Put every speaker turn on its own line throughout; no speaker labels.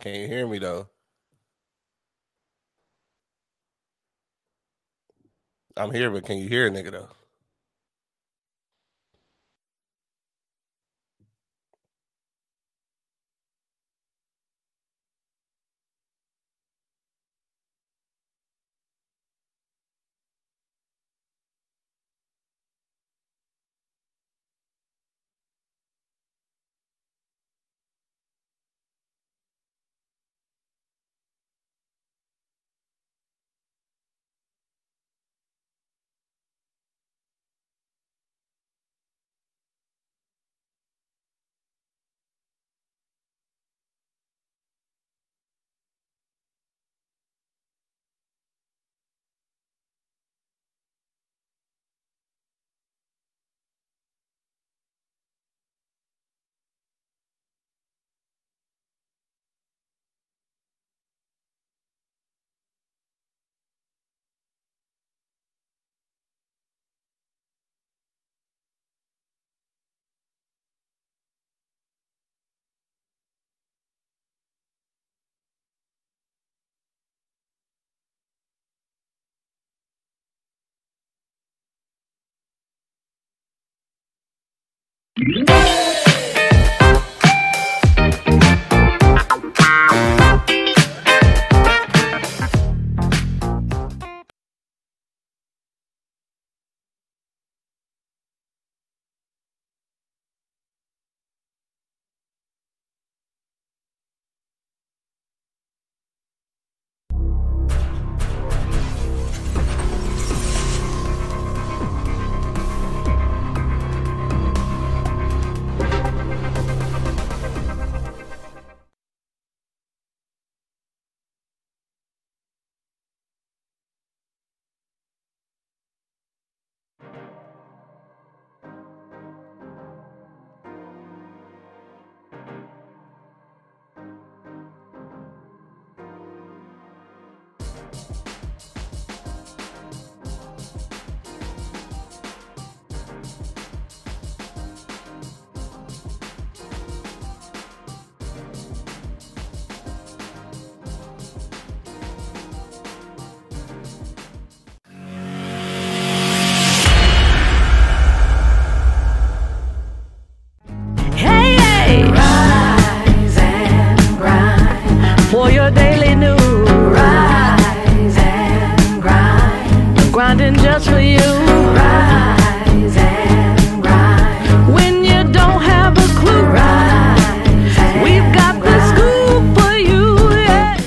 Can't hear me though. I'm here, but can you hear a nigga though?
Hey, hey! Rise and grind for your daily news. Rise and grind, grinding just for you. Rise and grind when you don't have a clue. Rise, we've got the scoop for you. Yeah.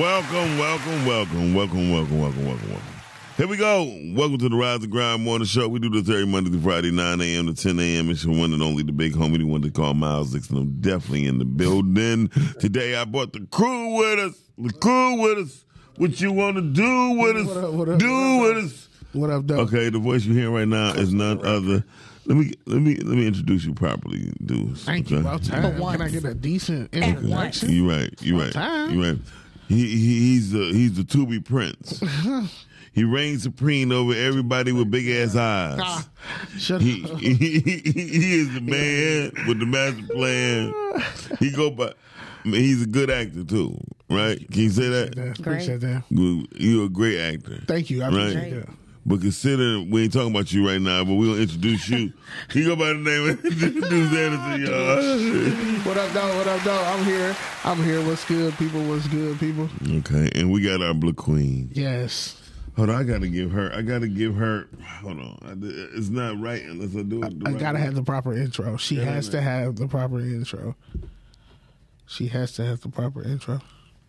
Welcome, welcome, welcome, welcome, welcome, welcome, welcome, welcome. Here we go. Welcome to the Rise and Grind Morning Show. We do this every Monday through Friday, 9 a.m. to 10 a.m. It's your one and only, the big homie, the one they call Miles Dixon. I'm definitely in the building. Today, I brought the crew with us. The crew with us. What you want to do with us?
What up, what up,
do
what up,
with us.
What I've done.
Okay, the voice you're hearing right now is none other. Let me let me let me introduce you properly, Deuce.
Thank you.
okay?
About time. Can I get a decent introduction?
You're right. You're right.
time.
You're right. He, he he's the he's the Tubi prince. he reigns supreme over everybody with big ass eyes.
Ah, shut
He,
up.
he, he he is the man with the master plan. He go by. I mean, he's a good actor too, right? Can you say
Yeah,
that?
appreciate that.
You- You're a great actor.
Thank you. I
Right.
appreciate
But considering we ain't talking about you right now, but we're gonna introduce you. He go by the name of Deuce Anderson, y'all.
that. What up, though? What up, though? I'm here. I'm here. What's good, people? What's good, people?
Okay, and we got our blue queen.
Yes.
Hold on, I gotta give her. I gotta give her. Hold on, I, it's not right unless I do it. the
I
right
gotta
way.
have the proper intro. She has to have the proper intro. She has to have the proper intro.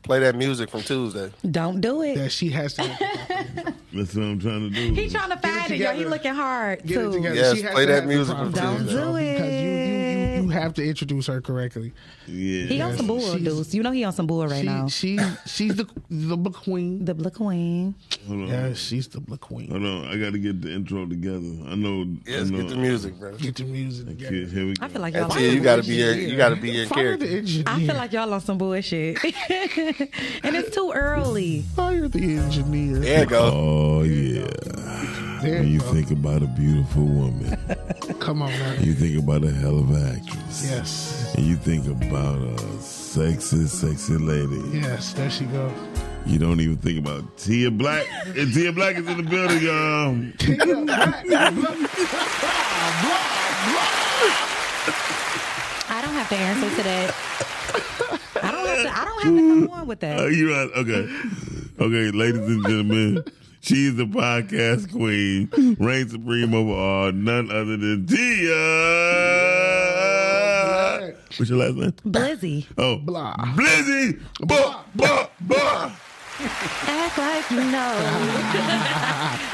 Play that music from Tuesday.
Don't do it.
That she has to have the proper
That's what I'm trying to do.
He trying to find it, y'all. He
together.
looking hard
Get it
too.
together.
Yes,
she has
play
to
that
have the
music
proper
from
Don't
Tuesday.
intro
do
Because you, you, you,
it.
you have to introduce her correctly.
Yeah.
He on some bull,
She's-
dudes. You know he on some bull right
she,
now.
she she's the the book queen.
the Blue Queen.
Hold on.
Yeah, she's the book queen.
Hold on. I gotta get the intro together. I know.
Yes,
I know,
get the music, bro.
Get the music.
Thank
together.
you. Here we go.
I feel like y'all.
That's
On
it. You
some
gotta be in, you gotta be in
Fire the
character.
engineer.
I feel like y'all on some bullshit, and it's too early.
fire the engineer.
There you go.
Oh yeah.
There
When you
go.
think about a beautiful woman,
Come on, man.
You think about a hell of an actress.
Yes.
And you think about a sexy, sexy lady.
Yes, there she goes.
You don't even think about Tia Black. And Tia Black is in the building, y'all.
I don't have to answer to that. I don't have to. I don't have to come on with
Oh,
that.
you right. Okay. Okay, ladies and gentlemen, she's the podcast queen, reign supreme over all, none other than Tia. What's your last name?
Blizzy,
Oh,
Blah.
Blizzy. Blah, blah, blah.
act like you know.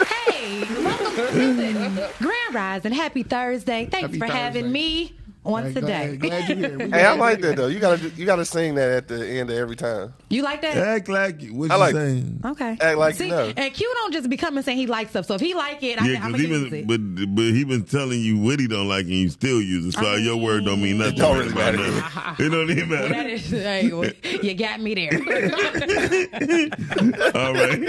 hey, welcome to Grand Rise and happy Thursday. Thanks
Happy
for
Thursday.
having me on
Hey,
today.
Glad, glad you're here. We
Hey, I
glad
like that though. You gotta do- you gotta sing that at the end of every time.
You like that?
Act like you. What
I
you
like-
saying?
Okay.
Act like
See,
you know.
And Q don't just be coming saying he likes stuff. So if he like it, I,
Yeah,
I'm
because
gonna use
even
it.
but but he been telling you what he don't like and you still use it. So
I
your word don't mean nothing.
don't really
about
matter.
nothing. It don't even
That
matter.
is, hey, well, you got me there.
All right.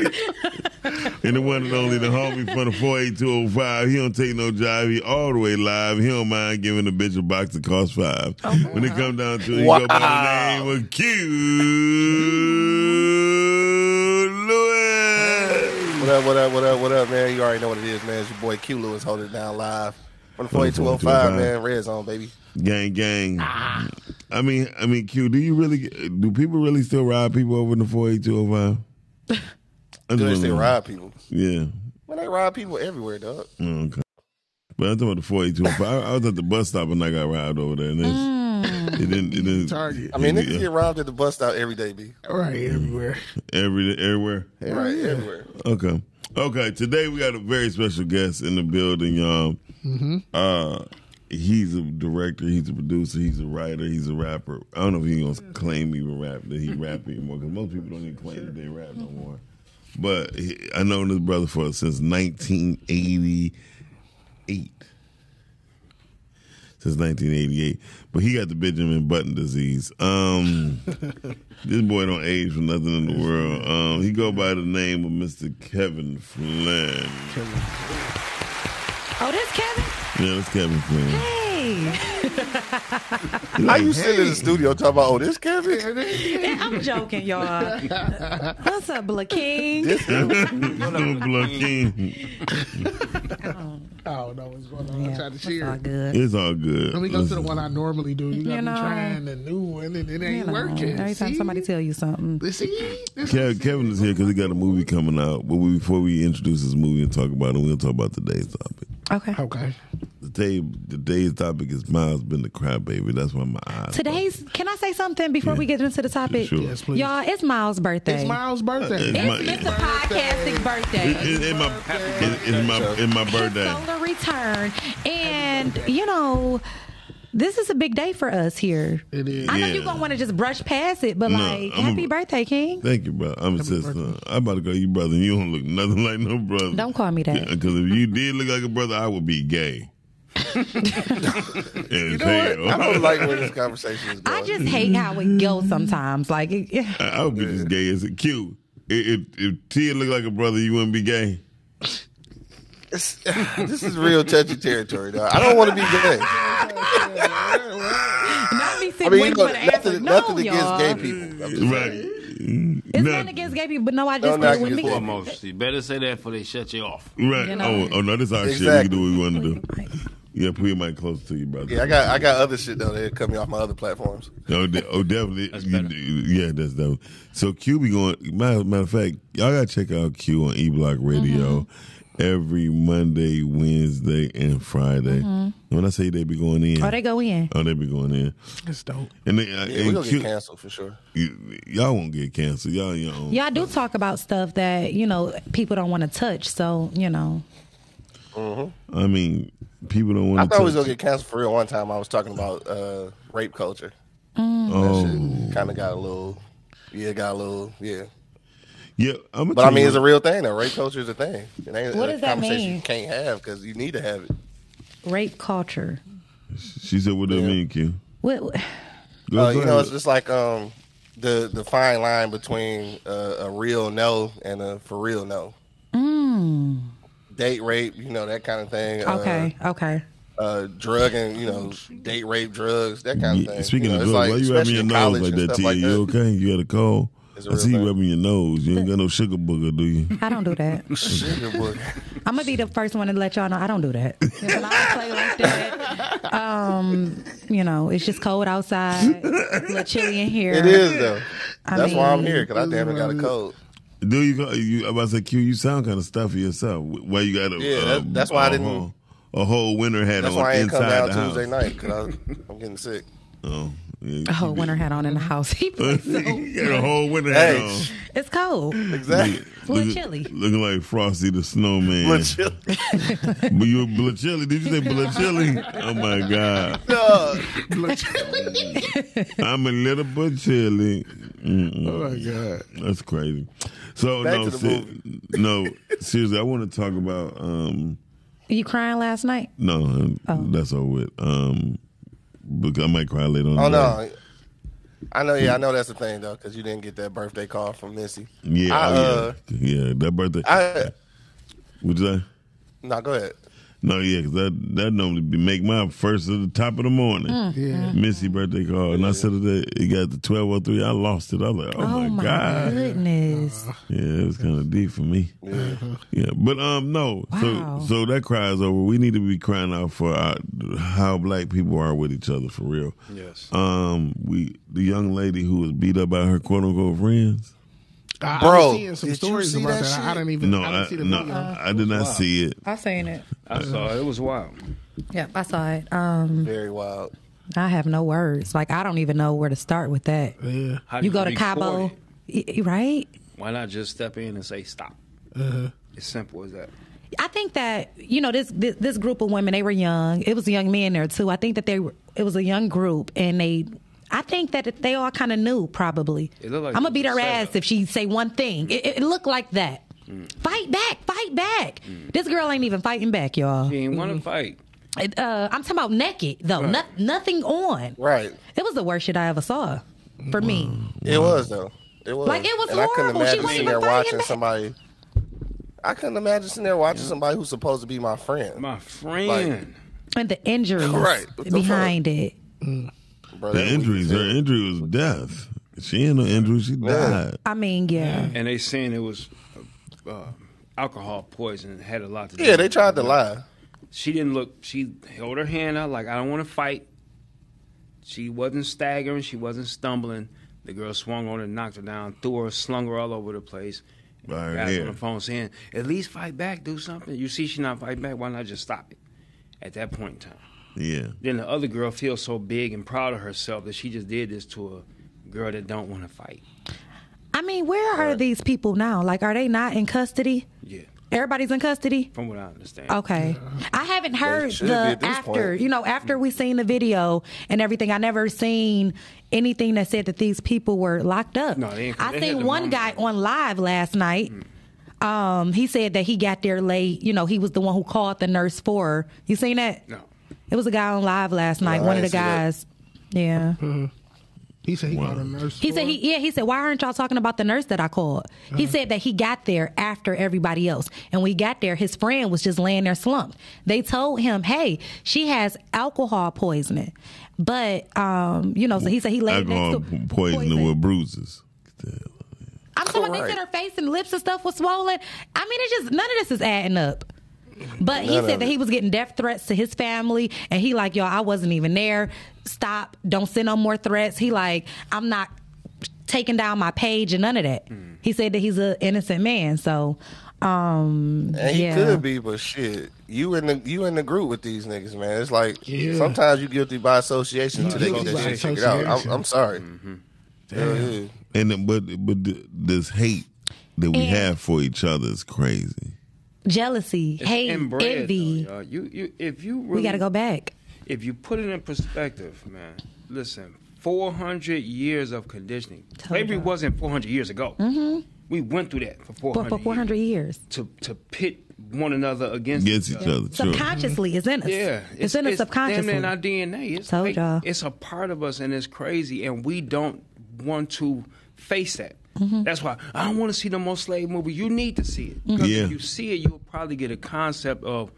and the one and only the homie from the 48205. He don't take no jive. He all the way live. He don't mind giving a bitch a box that costs five.
Oh,
when it come down to it, he go by
Wow.
the name of Q Lewis.
What up? What up? What up? What up, man? You already know what it is, man. It's your boy Q Lewis holding it down live on the 4205, man. Red zone, baby.
Gang, gang.
Ah.
I mean, I mean, Q. Do you really? Do people really still ride people over in the four eight two zero five?
Do they still rob people?
Yeah.
Man, they rob people everywhere, dog.
Mm, Okay. But I'm talking about the four eight two zero five. I was at the bus stop and I got robbed over there, and it's,
Mm.
it didn't. It didn't.
Target.
I mean,
it-
niggas get robbed at the bus stop every day, b.
you're here. Right, everywhere.
every everywhere.
Right, everywhere.
Okay. Okay. Today we got a very special guest in the building, y'all. Uh, he's a director. He's a producer. He's a writer. He's a rapper. I don't know if he gonna claim even rap that he rap anymore because most people don't even claim that they rap no more. But he, I know this brother for since 1988. Since 1988, but he got the Benjamin Button disease. Um, this boy don't age for nothing in the world. Um, he go by the name of Mr. Kevin Flynn.
oh, this Kevin?
Yeah, that's Kevin Flynn.
Hey.
How you sitting in the studio talking about, oh, this Kevin?
I'm joking, y'all. What's up, Blaking?
This Kevin?
Don't block him.
I don't know what's going on. I tried to
It's all
cheer.
good.
It's all good.
Let me go to the one I normally do. You got
You
me
know.
trying the new one and it
You
ain't
know,
working.
Every time
See?
somebody tell you something.
See? This
Ke- Kevin is here because he got a movie coming out. But we, before we introduce this movie and talk about it, we'll talk about today's topic.
Okay.
Okay.
Today, today's topic is Miles been the crybaby. That's why my eyes.
Today's, can I say something before we get into the topic?
Sure.
Yes, please.
Y'all, it's Miles' birthday.
It's Miles' birthday.
It's my-
It's a podcasting
It-
birthday.
it- it my, it- it's my, it's my birthday.
Solar return. And, you know, this is a big day for us here.
It is.
I know
Yeah.
you're going to want to just brush past it, but,
No,
like,
I'm a-
happy birthday, King.
Thank you, bro. I'm a sister. I'm about to call you brother. and You don't look nothing like no brother.
Don't call me that.
Because if you did look like a brother, I would be gay. you
I don't like where this conversation is going.
I just hate how it goes sometimes. Like, it, it-
I, I would be just gay as a Q. If, if, if Tia looked like a brother, you wouldn't be gay.
It's- this is real touchy territory, dog. I don't want to be gay.
not me sitting
I mean, you
waiting
know,
for the answer.
nothing,
No,
nothing
y'all.
against gay people. I'm just
Right.
saying.
It's
No.
nothing against gay people, but no, I just
not
feel when
against
we.
gay
Foremost, you better say that before they shut you off.
Right.
You know?
Oh, oh, no, this our shit. We can
Exactly.
do what we want to do. Yeah, put your mic close to you, brother.
Yeah, I got I got other shit though that cut me off my other platforms.
Oh, de- oh definitely.
That's
You
better.
do- yeah, that's definitely. So Q be going. Matter, matter of fact, y'all gotta check out Q on E Block Radio
Mm-hmm.
every Monday, Wednesday, and Friday.
Mm-hmm.
When I say they be going in,
Oh, they go in.
oh, they be going in,
It's dope.
and, they, uh,
Yeah,
and
we're gonna
Q-
get canceled for sure.
y- y'all won't get canceled. Y'all in your own.
Y'all do talk about stuff that you know people don't want to touch. So you know,
I mean, people don't
I
want to.
thought we was gonna get canceled for real one time. I was talking about uh, rape culture.
Mm.
Oh,
Kind of got a little, yeah, got a little, yeah.
yeah. I'm
But I mean, it's a real thing. though. Rape culture is a thing. It ain't
What
a
does that
conversation
mean?
you can't have because you need to have it.
rape culture.
She said, "What do you
Yeah.
mean, Q?"
What, what-
Go-
Uh,
go
you know,
ahead.
it's just like um, the the fine line between uh, a real no and a for real no. Date rape, you know that kind of thing. Uh,
Mm. okay, okay.
uh, drug and you know date rape, drugs, that kind of
Yeah,
thing.
Speaking
you know,
of
it's
drugs, why you rubbing
especially
your
in
nose
college
like
and
that,
stuff
T?
like
you
that.
okay? You had a cold?
It's a
I
real
see you
thing.
rubbing your nose. You ain't got no sugar booger, do you?
I don't do that.
Sugar book.
I'm gonna be the first one to let y'all know I don't do that.
Well, I don't play like that.
Um, You know, it's just cold outside, a little chilly in here.
It is though.
I
That's why I'm
mean-
here because I damn it got a cold.
Do you? go- you I'm about to say, Q, you sound kind of stuffy yourself. Why you got a
Yeah, that- that's why I
a
didn't-
whole- a whole winter hat
That's
on
why I ain't come
inside
down
the house.
Tuesday night because I'm getting sick.
Oh, yeah,
A whole
you
winter hat on in the house. He plays so
did. You got a whole winter
Hey.
hat on.
It's cold.
Exactly.
It's a little chilly.
Looking like Frosty the Snowman. But you were Blachilli. Did you say Blachilli? Oh my God.
No,
I'm a little bit chilly.
Oh
Mm-mm.
my god.
That's crazy. So
Back
no,
to the
se- no. Seriously, I want to talk about. um
You crying last night?
No, um, that's over with. Um, because I might cry later on.
oh
the day.
no. I know, yeah, I know that's the thing though, because you didn't get that birthday call from Missy.
Yeah,
I,
oh,
uh,
yeah, yeah. That birthday.
I
would you say?
no, go ahead.
No, yeah, 'cause that that normally be make my first at the top of the morning.
Mm.
Yeah.
Missy birthday call, and I said it, it got the twelve oh three. I lost it. I was like, oh,
Oh my
god,
goodness.
yeah, it was kind of deep for me. Yeah, but um, no,
Wow.
so so that cry is over. We need to be crying out for our, how black people are with each other for real.
Yes.
Um, we the young lady who was beat up by her quote unquote friends.
I,
Bro,
I'm seeing some
did you
stories
see
about
that
that. I
shit?
didn't even.
No,
I didn't
I,
see the
no,
video.
I did not see it.
I seen it.
I saw it. It was wild.
Yeah, I saw it. Um,
Very wild.
I have no words. Like I don't even know where to start with that.
yeah.
How do
You go to
record
Cabo,
it?
y- y- right?
Why not just step in and say stop? It's simple as that.
I think that you know this, this this group of women. They were young. It was a young man there too. I think that they were. It was a young group, and they. I think that they all kind of knew probably.
It looked like
I'm
it
gonna
was
beat
a
her
setup.
ass if she say one thing. It, it- it looked like that. Fight back, fight back. This girl ain't even fighting back, y'all.
He ain't want to fight.
It, Uh, I'm talking about naked though. No, nothing on.
Right.
It was the worst shit I ever saw for me.
It was though. It was.
Like, it was
and I
horrible.
couldn't
She
imagine
wasn't
sitting
even
there
fighting
watching
back.
somebody. I couldn't imagine sitting there watching somebody who's supposed to be my friend.
My friend.
and the injuries
Right. What the
behind it.
Bro,
The
that was-
injuries. Her injury was death. She ain't no injury. She died.
I mean, yeah.
and they saying it was uh, alcohol poisoning. Had a lot to do.
Yeah, they
with it.
tried to lie.
She didn't look. She held her hand out like I don't want to fight. She wasn't staggering. She wasn't stumbling. The girl swung on her, knocked her down, threw her, slung her all over the place.
By her
Guys on the
hair.
phone saying, "At least fight back, do something." You see, she not fighting back. Why not just stop it? At that point in time,
Yeah.
then the other girl feels so big and proud of herself that she just did this to a girl that don't want to fight.
I mean, where are these people now? Like, are they not in custody?
Yeah,
Everybody's in custody.
from what I understand.
Okay, I haven't heard
should
the
be at this
after.
point.
You know, after we seen the video and everything, I never seen anything that said that these people were locked up.
No, they ain't-
I
they had
seen
them
one
on-
guy on live last night.
Mm.
Um, he said that he got there late. You know, he was the one who called the nurse for. Her. You seen that?
No.
It was a guy on live last night.
I
one of the
ain't see that.
guys. Yeah.
He said he
Wow.
called a nurse.
He said he yeah, he said, Why aren't y'all talking about the nurse that I called? He
Uh-huh.
said that he got there after everybody else. And when he got there, his friend was just laying there slumped. They told him, Hey, she has alcohol poisoning. But um, you know, so he said he laid
Alcohol
next to
p- poisoning
poison.
with bruises. Get the hell out.
I'm talking about they said
Correct.
her face and lips and stuff was swollen. I mean, it's just none of this is adding up. But he
None
said
of
that
it.
he was getting death threats to his family, and he like, y'all, I wasn't even there. Stop! Don't send no more threats. He like, I'm not taking down my page and none of that. He said that he's an innocent man, so um,
And he
yeah.
could be, but shit, you in the you in the group with these niggas, man. It's like
Yeah.
sometimes you guilty by association until they get
guilty
that
by
shit figured out. I'm,
association.
I'm sorry. Hell yeah.
And then- but but th- this hate that we
And-
have for each other is crazy.
jealousy,
It's
hate,
inbred, though,
envy.
y'all. you, you, if you really,
we got to go back.
If you put it in perspective, man, listen, 400 years of conditioning. Slavery
y'all.
wasn't 400 years ago. Mm-hmm. We went through that for 400,
But for 400 years,
To, to pit one another against
Against each other. True.
subconsciously it's in us.
Yeah,
it's, in us
damn near
subconsciously.
in our DNA. It's,
Told
like-
y'all.
it's a part of us, and it's crazy, and we don't want to face that.
Mm-hmm.
That's why I don't want to see no more slave movie. You need to see it. Because
Yeah.
if you see it, you'll probably get a concept of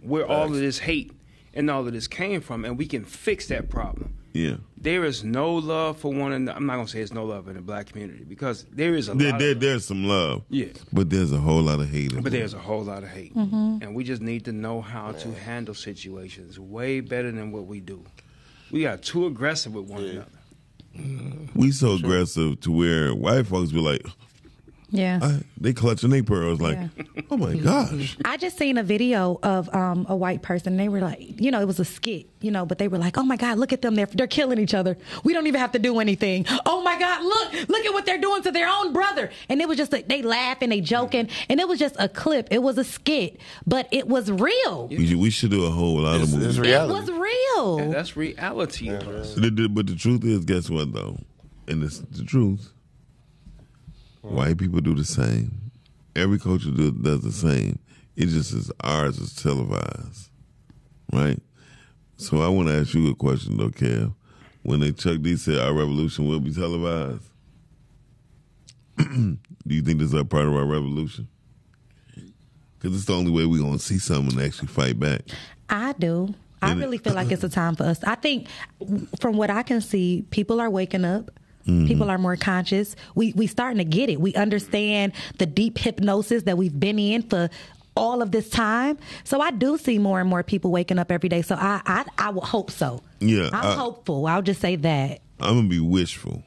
where all of this hate and all of this came from, and we can fix that problem.
Yeah.
There is no love for one another. I'm not gonna say it's no love in the black community because there is a
There,
lot.
there,
of,
there's some love.
Yeah.
But there's a whole lot of hate. in
but
it.
there's a whole lot of hate,
Mm-hmm.
and we just need to know how to handle situations way better than what we do. We are too aggressive with one another.
we so aggressive to where white folks be like,
Yeah.
I, they clutching their pearls like, oh my gosh.
I just seen a video of um, a white person. They were like, you know, it was a skit, you know, but they were like, oh my God, look at them. They're, they're killing each other. We don't even have to do anything. Oh my God, look, look at what they're doing to their own brother. And it was just like, they laughing, they joking. And it was just a clip. It was a skit, but it was real.
We, should- we should do a whole lot
It's,
of
it's
movies.
It
reality.
was real.
And that's reality. bro.
The- the- But the truth is, guess what though? And it's the truth. White people do the same. Every culture do, does the same. It just is ours is televised, right? So I want to ask you a question though, Kev. When they Chuck D said our revolution will be televised, do you think this is a part of our revolution? Because it's the only way we're gonna see something and actually fight back.
I do. I
And it-
really feel like it's a time for us. I think, from what I can see, people are waking up.
Mm-hmm.
People are more conscious. We we starting to get it. We understand the deep hypnosis that we've been in for all of this time. So I do see more and more people waking up every day. So I I, I would hope so.
Yeah,
I'm
I-
hopeful. I'll just say that.
I'm gonna be wishful.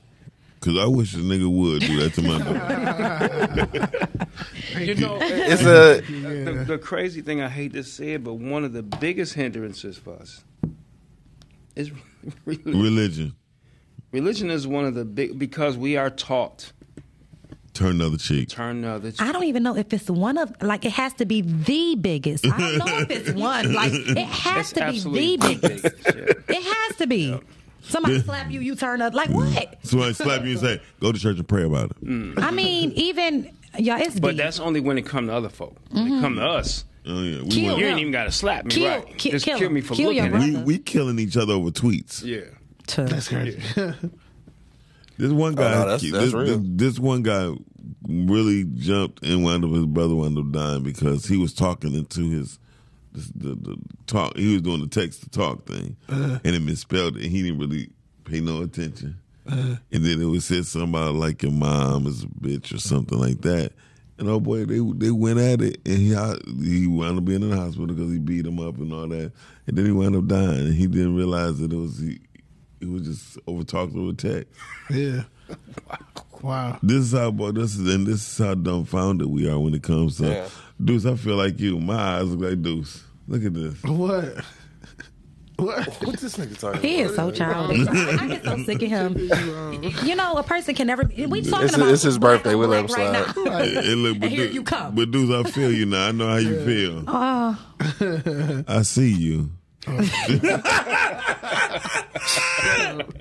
Cause I wish a nigga would do that to my boy.
You know,
It's a
The, the crazy thing I hate to say it, but one of the biggest hindrances for us is religion.
Religion.
Religion is one of the big because we are taught
Turn the other cheek.
turn the other. cheek.
I don't even know if it's one of like it has to be the biggest. I don't know if it's one. Like it has
That's
to be
absolutely
the biggest.
yeah.
It has to be. Somebody slap you, you turn up. Like what?
So I slap you and say, go to church and pray about it.
I mean, even y'all, it's
But
deep.
that's only when it come to other folk. When it come to us,
Oh yeah. We,
Mm-hmm. Kill
you
want-
ain't even got to slap me.
Kill-
right?
ki-
Just
kill
kill,
him.
me for
Kill your
looking. at
brother.
you.
we we killing each other over tweets.
Yeah.
Too.
That's crazy.
This one guy
Oh, no, that's-
this,
that's real.
this, this one guy really jumped and wound up his brother wound up dying because he was talking into his this, the, the talk he was doing the text to talk thing and it misspelled it and he didn't really pay no attention. and then it was said something about like your mom is a bitch or something like that. And oh boy, they they went at it, and he he wound up being in the hospital because he beat him up and all that. And then he wound up dying, and he didn't realize that it was he, it was just over talked over text.
Yeah. Wow.
This is how boy, this is and this is how dumbfounded we are when it comes to
Yeah.
Deuce. I feel like you. My eyes look like Deuce. Look at this.
What? What?
what's this nigga talking
He is
about?
so childish. I get so sick of him. You know, a person can never. We talking
It's-
about
it's his
black
birthday. We
on
let
black
him
right now.
Hey, hey, look, but
here
Deuce-
you come.
But Deuce, I feel you now. I know how you feel.
Ah.
I see you.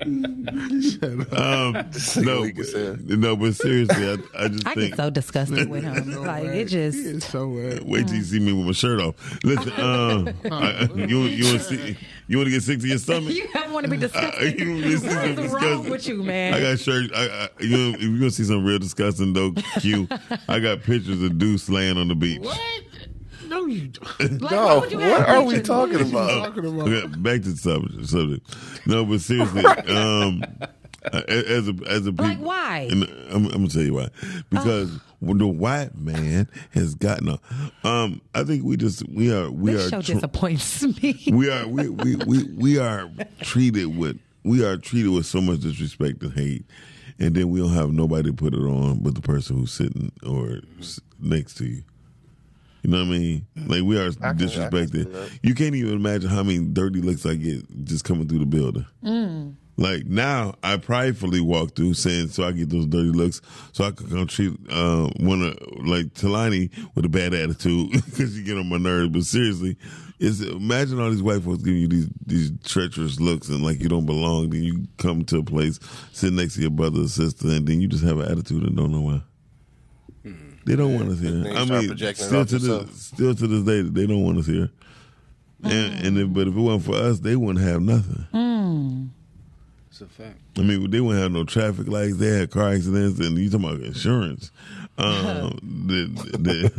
um, no,
nigga said.
no, but seriously, I, I just
I
think.
get so disgusted with him. Like it
He
just.
is so mad.
Wait till you see me with my shirt off. Listen, um, I- you you want to see you want to get sick to your stomach?
You ever want to be
I- you
disgusted?
really see some
What's wrong
disgusting-
with you,
Uh, I
man?
got shirt. I, I, you know, if you're gonna see some real disgusting though, Q. I got pictures of Deuce laying on the beach.
No, you don't.
Like,
No,
why would you
what
have
are we
pictures?
talking
Oh.
about?
Talking about.
Okay, back to the subject. subject. No, but seriously, um, a- as a as a
Like,
peop-
why? Oh.
And uh, I'm, I'm gonna tell you why. Because when the white man has gotten. A, um, I think we just we are we
This
are
show
tr-
disappoints me.
we are we, we, we, we are treated with we are treated with so much disrespect and hate, and then we don't have nobody to put it on but the person who's sitting or s- next to you. You know what I mean? Like we are
can- I can see
disrespected.
that.
You can't even imagine how many dirty looks I get just coming through the building. Like now, I pridefully walk through saying so I get those dirty looks, so I can come treat uh, one of like Talani with a bad attitude because you get on my nerves. But seriously, is imagine all these white folks giving you these these treacherous looks and like you don't belong. Then you come to a place, sit next to your brother or sister, and then you just have an attitude and don't know why. They don't want us here.
Then you
I
Hmm. start
mean,
projecting it
still
off
to
yourself.
this, still to this day, they don't want us here. And, and if, but if it wasn't for us, they wouldn't have nothing.
It's a fact.
I mean, they wouldn't have no traffic lights. They had car accidents, and you talking about insurance. Um, the,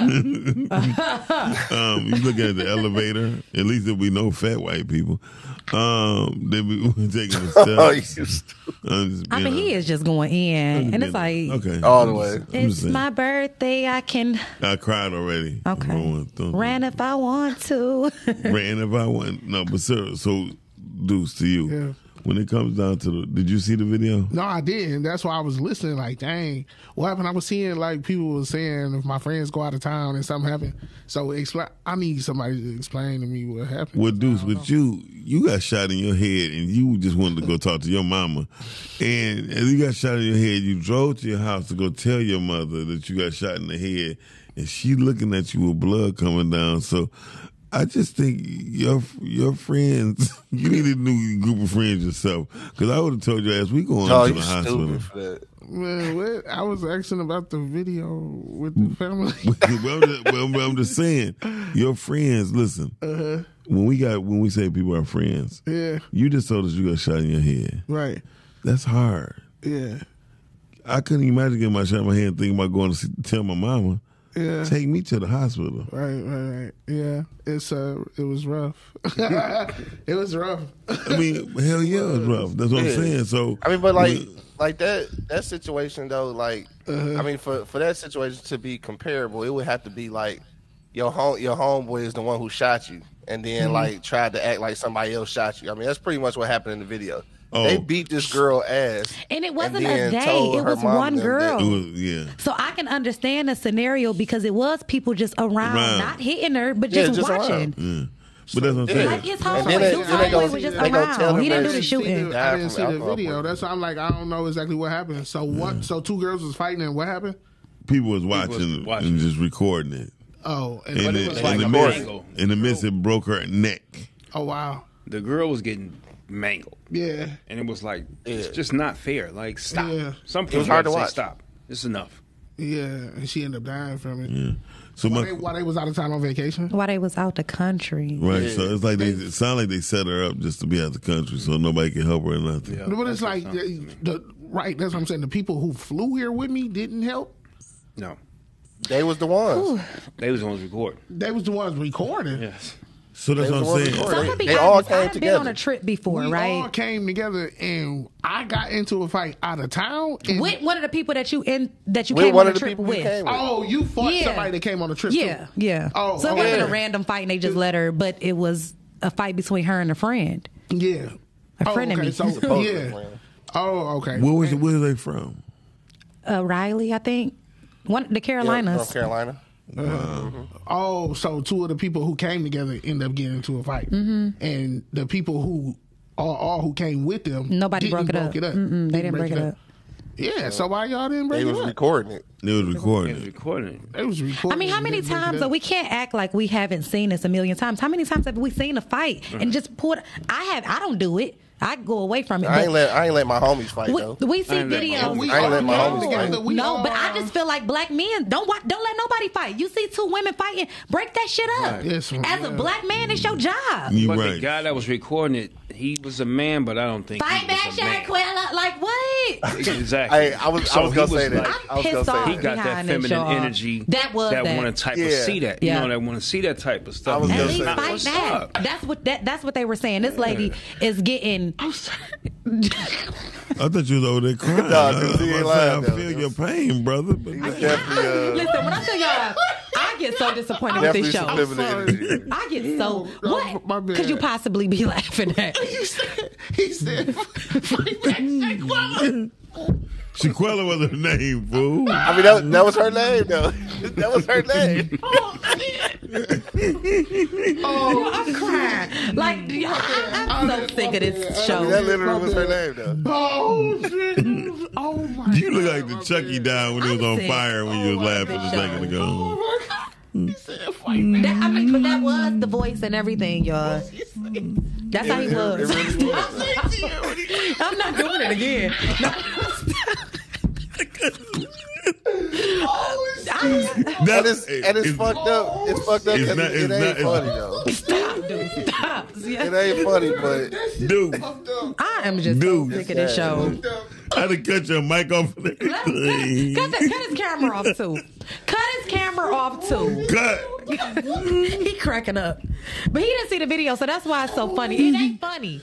the- um, you look at the elevator. At least there be no fat white people. Um, they be taking the
Oh, you
steps.
stupid.
I'm just
I
being
mean, he
a-
is just going in, and it's like
okay,
All the
I'm
way.
just- I'm
it's
just saying.
my birthday. I can
I cried already.
okay
Rowan, don't-
ran if I want to.
ran if I want. No, but sir, so Deuce to you.
Yeah.
When it comes down to the, did you see the video?
No, I didn't. That's why I was listening. Like, dang, what happened? I was seeing like people were saying if my friends go out of town and something happened. So explain. I need somebody to explain to me what happened.
Well, Deuce, with you, you got shot in your head, and you just wanted to go talk to your mama, and as you got shot in your head, you drove to your house to go tell your mother that you got shot in the head, and she looking at you with blood coming down. So, I just think your your friends, you need a new group of friends yourself, because I would have told your ass we going
Oh,
to
you
the hospital.
stupid for that.
Man, what? I was asking about the video with the family.
well, I'm just, well, I'm just saying, your friends. Listen, when we got when we say people are friends,
yeah,
you just told us you got shot in your head.
right.
That's hard.
Yeah,
I couldn't imagine getting my shot in my head, and thinking about going to see, tell my mama,
yeah.
take me to the hospital.
Right, right, right. Yeah, it's uh, it was rough. it was rough.
I mean, hell yeah, it's rough. That's what I'm
Yeah.
saying. So
I mean, but like,
when-
like that that situation though, like,
Uh-huh.
I mean, for for that situation to be comparable, it would have to be like your home your homeboy is the one who shot you, and then
Mm-hmm.
like tried to act like somebody else shot you. I mean, that's pretty much what happened in the video. They
Oh.
beat this girl ass,
And it wasn't a
then
they,
told
it
her
was
mom them
one
that-
girl.
it was, yeah.
So I can understand the scenario because it was people just around,
Around.
not hitting her, but
Yeah,
just,
just around.
watching.
yeah. But that's what I'm
Yeah.
saying.
Like his
And then
homeboy,
they- then
Duke's
they
homeboy
gonna-
was just
they gonna tell
around.
him
He didn't
that
do the
she
shooting.
did-
I didn't see the video.
Alcohol.
That's why I'm like, I don't know exactly what happened. So what? So two girls was fighting, and what happened?
People was watching,
watching.
and just recording it.
Oh, and,
And
what
in,
it
the-
was
in
like,
the
a
midst,
mango.
in the midst, it broke her neck.
oh wow,
The girl was getting mangled,
yeah,
and it was like it's
Yeah.
just not fair. Like stop.
Yeah.
Some
It
people
was hard
have
to
say
watch.
stop. It's enough.
yeah. And she ended up dying from it.
So
While,
my,
they, while they was out of town on vacation.
While they was out the country.
Right, so it's like they it sound like they set her up just to be out of the country, so nobody can help her or nothing.
Yeah.
But it's
That's what
like,
sounds to
the,
me.
the- right? That's what I'm saying. The people who flew here with me didn't help.
no,
they was the ones.
they was the ones recording.
They was the ones recording.
Yes.
So that's
They
what
was
I'm saying.
recording.
So I'm
They-
gonna be
they all
honest.
came
I've been
together.
on a trip before,
We all
right?
came together, and I got into a fight out of town. And,
With one of the people that you in that you
We
came
one
on a
of the
trip
people
with.
we came with.
oh, you fought
Yeah.
somebody that came on a trip.
Yeah,
too.
yeah.
Oh,
so it
okay.
wasn't a random fight, and they just let her. But it was a fight between her and a friend.
yeah.
A
oh,
friend of
okay.
me.
So,
Supposedly,
yeah.
man.
Oh, okay.
Where was where are they from?
Uh, Riley, I think. One the Carolinas.
North Carolina.
Oh, so two of the people who came together end up getting into a fight, mm-hmm. and the people who all, all who came with them
Nobody
didn't
broke it up. Mm-mm, Mm, they didn't break it up.
Yeah, so why y'all didn't break
They was
it up?
recording it.
They was
They
recording.
was
it.
recording.
They was recording.
I mean, how
and
many
didn't break it
times?
up.
Though, we can't act like we haven't seen this a million times. How many times have we seen a fight and just pulled? I have. I don't do it. I go away from it.
I
but
ain't let I ain't let my homies fight
we,
though.
we see
I ain't let my
videos.
homies-
I ain't let my
all
homies
came
fight.
together. We
no, but I
all-
just feel like black men don't wa- don't let nobody fight. You see two women fighting, break that shit up.
Right. Yes,
As
yeah.
a black man, it's your job.
You
But the
right.
guy that was recording it, he was a man, but I don't think
Fight
he was
back,
a man.
Shaquella. Like what?
Exactly.
I I was
So
I was
he
gonna say that.
like-
I was
I'm
gonna
pissed
say
off.
he
that.
got that
behind it,
feminine
y'all.
energy
That was that.
want to type of
Yeah.
see that
Yeah.
you know that want to see that type of stuff
was
At
Yeah,
least
so-
fight
What's
back.
up?
That's what that, that's what they were saying. This lady is getting.
I thought you was over there crying.
Nah,
I,
dude, he
I, I,
ain't lying, though.
feel your pain, brother. But
He was definitely uh,
Listen, when I tell y'all, I get so disappointed with
definitely
this show.
subliminal energy.
I get so
Ew,
what
my bad.
could you possibly be laughing at?
He said, "Fight back, Shaquella."
Shaquella was her name, fool.
I mean, that, that was her name, though. that was her name.
Oh, I'm crying. Like y'all, I, I'm so sick of this
That
show.
literally was her name, though.
Oh shit! Oh my!
You look like the Chucky died when he was
I'm
on
sick.
fire when
oh
you was laughing a
God.
second ago.
He said, "Fight back."
That, I mean, but that was the voice and everything, y'all. That's how he
It
was.
really was.
I'm not doing it again. No. I-
And
That
it's, and it's fucked up. It's fucked up
It's
'cause
not-
it, it
it's
ain't
not-
funny, though.
stop, dude. Stop.
It ain't funny, but
Dude,
I am just so
Dude.
sick of this show.
I done cut your mic off. and
Cut, cut,
everything.
cut the- cut his camera off too. Cut his camera off too.
Cut.
he cracking up, but he didn't see the video, so that's why it's so funny. It ain't funny.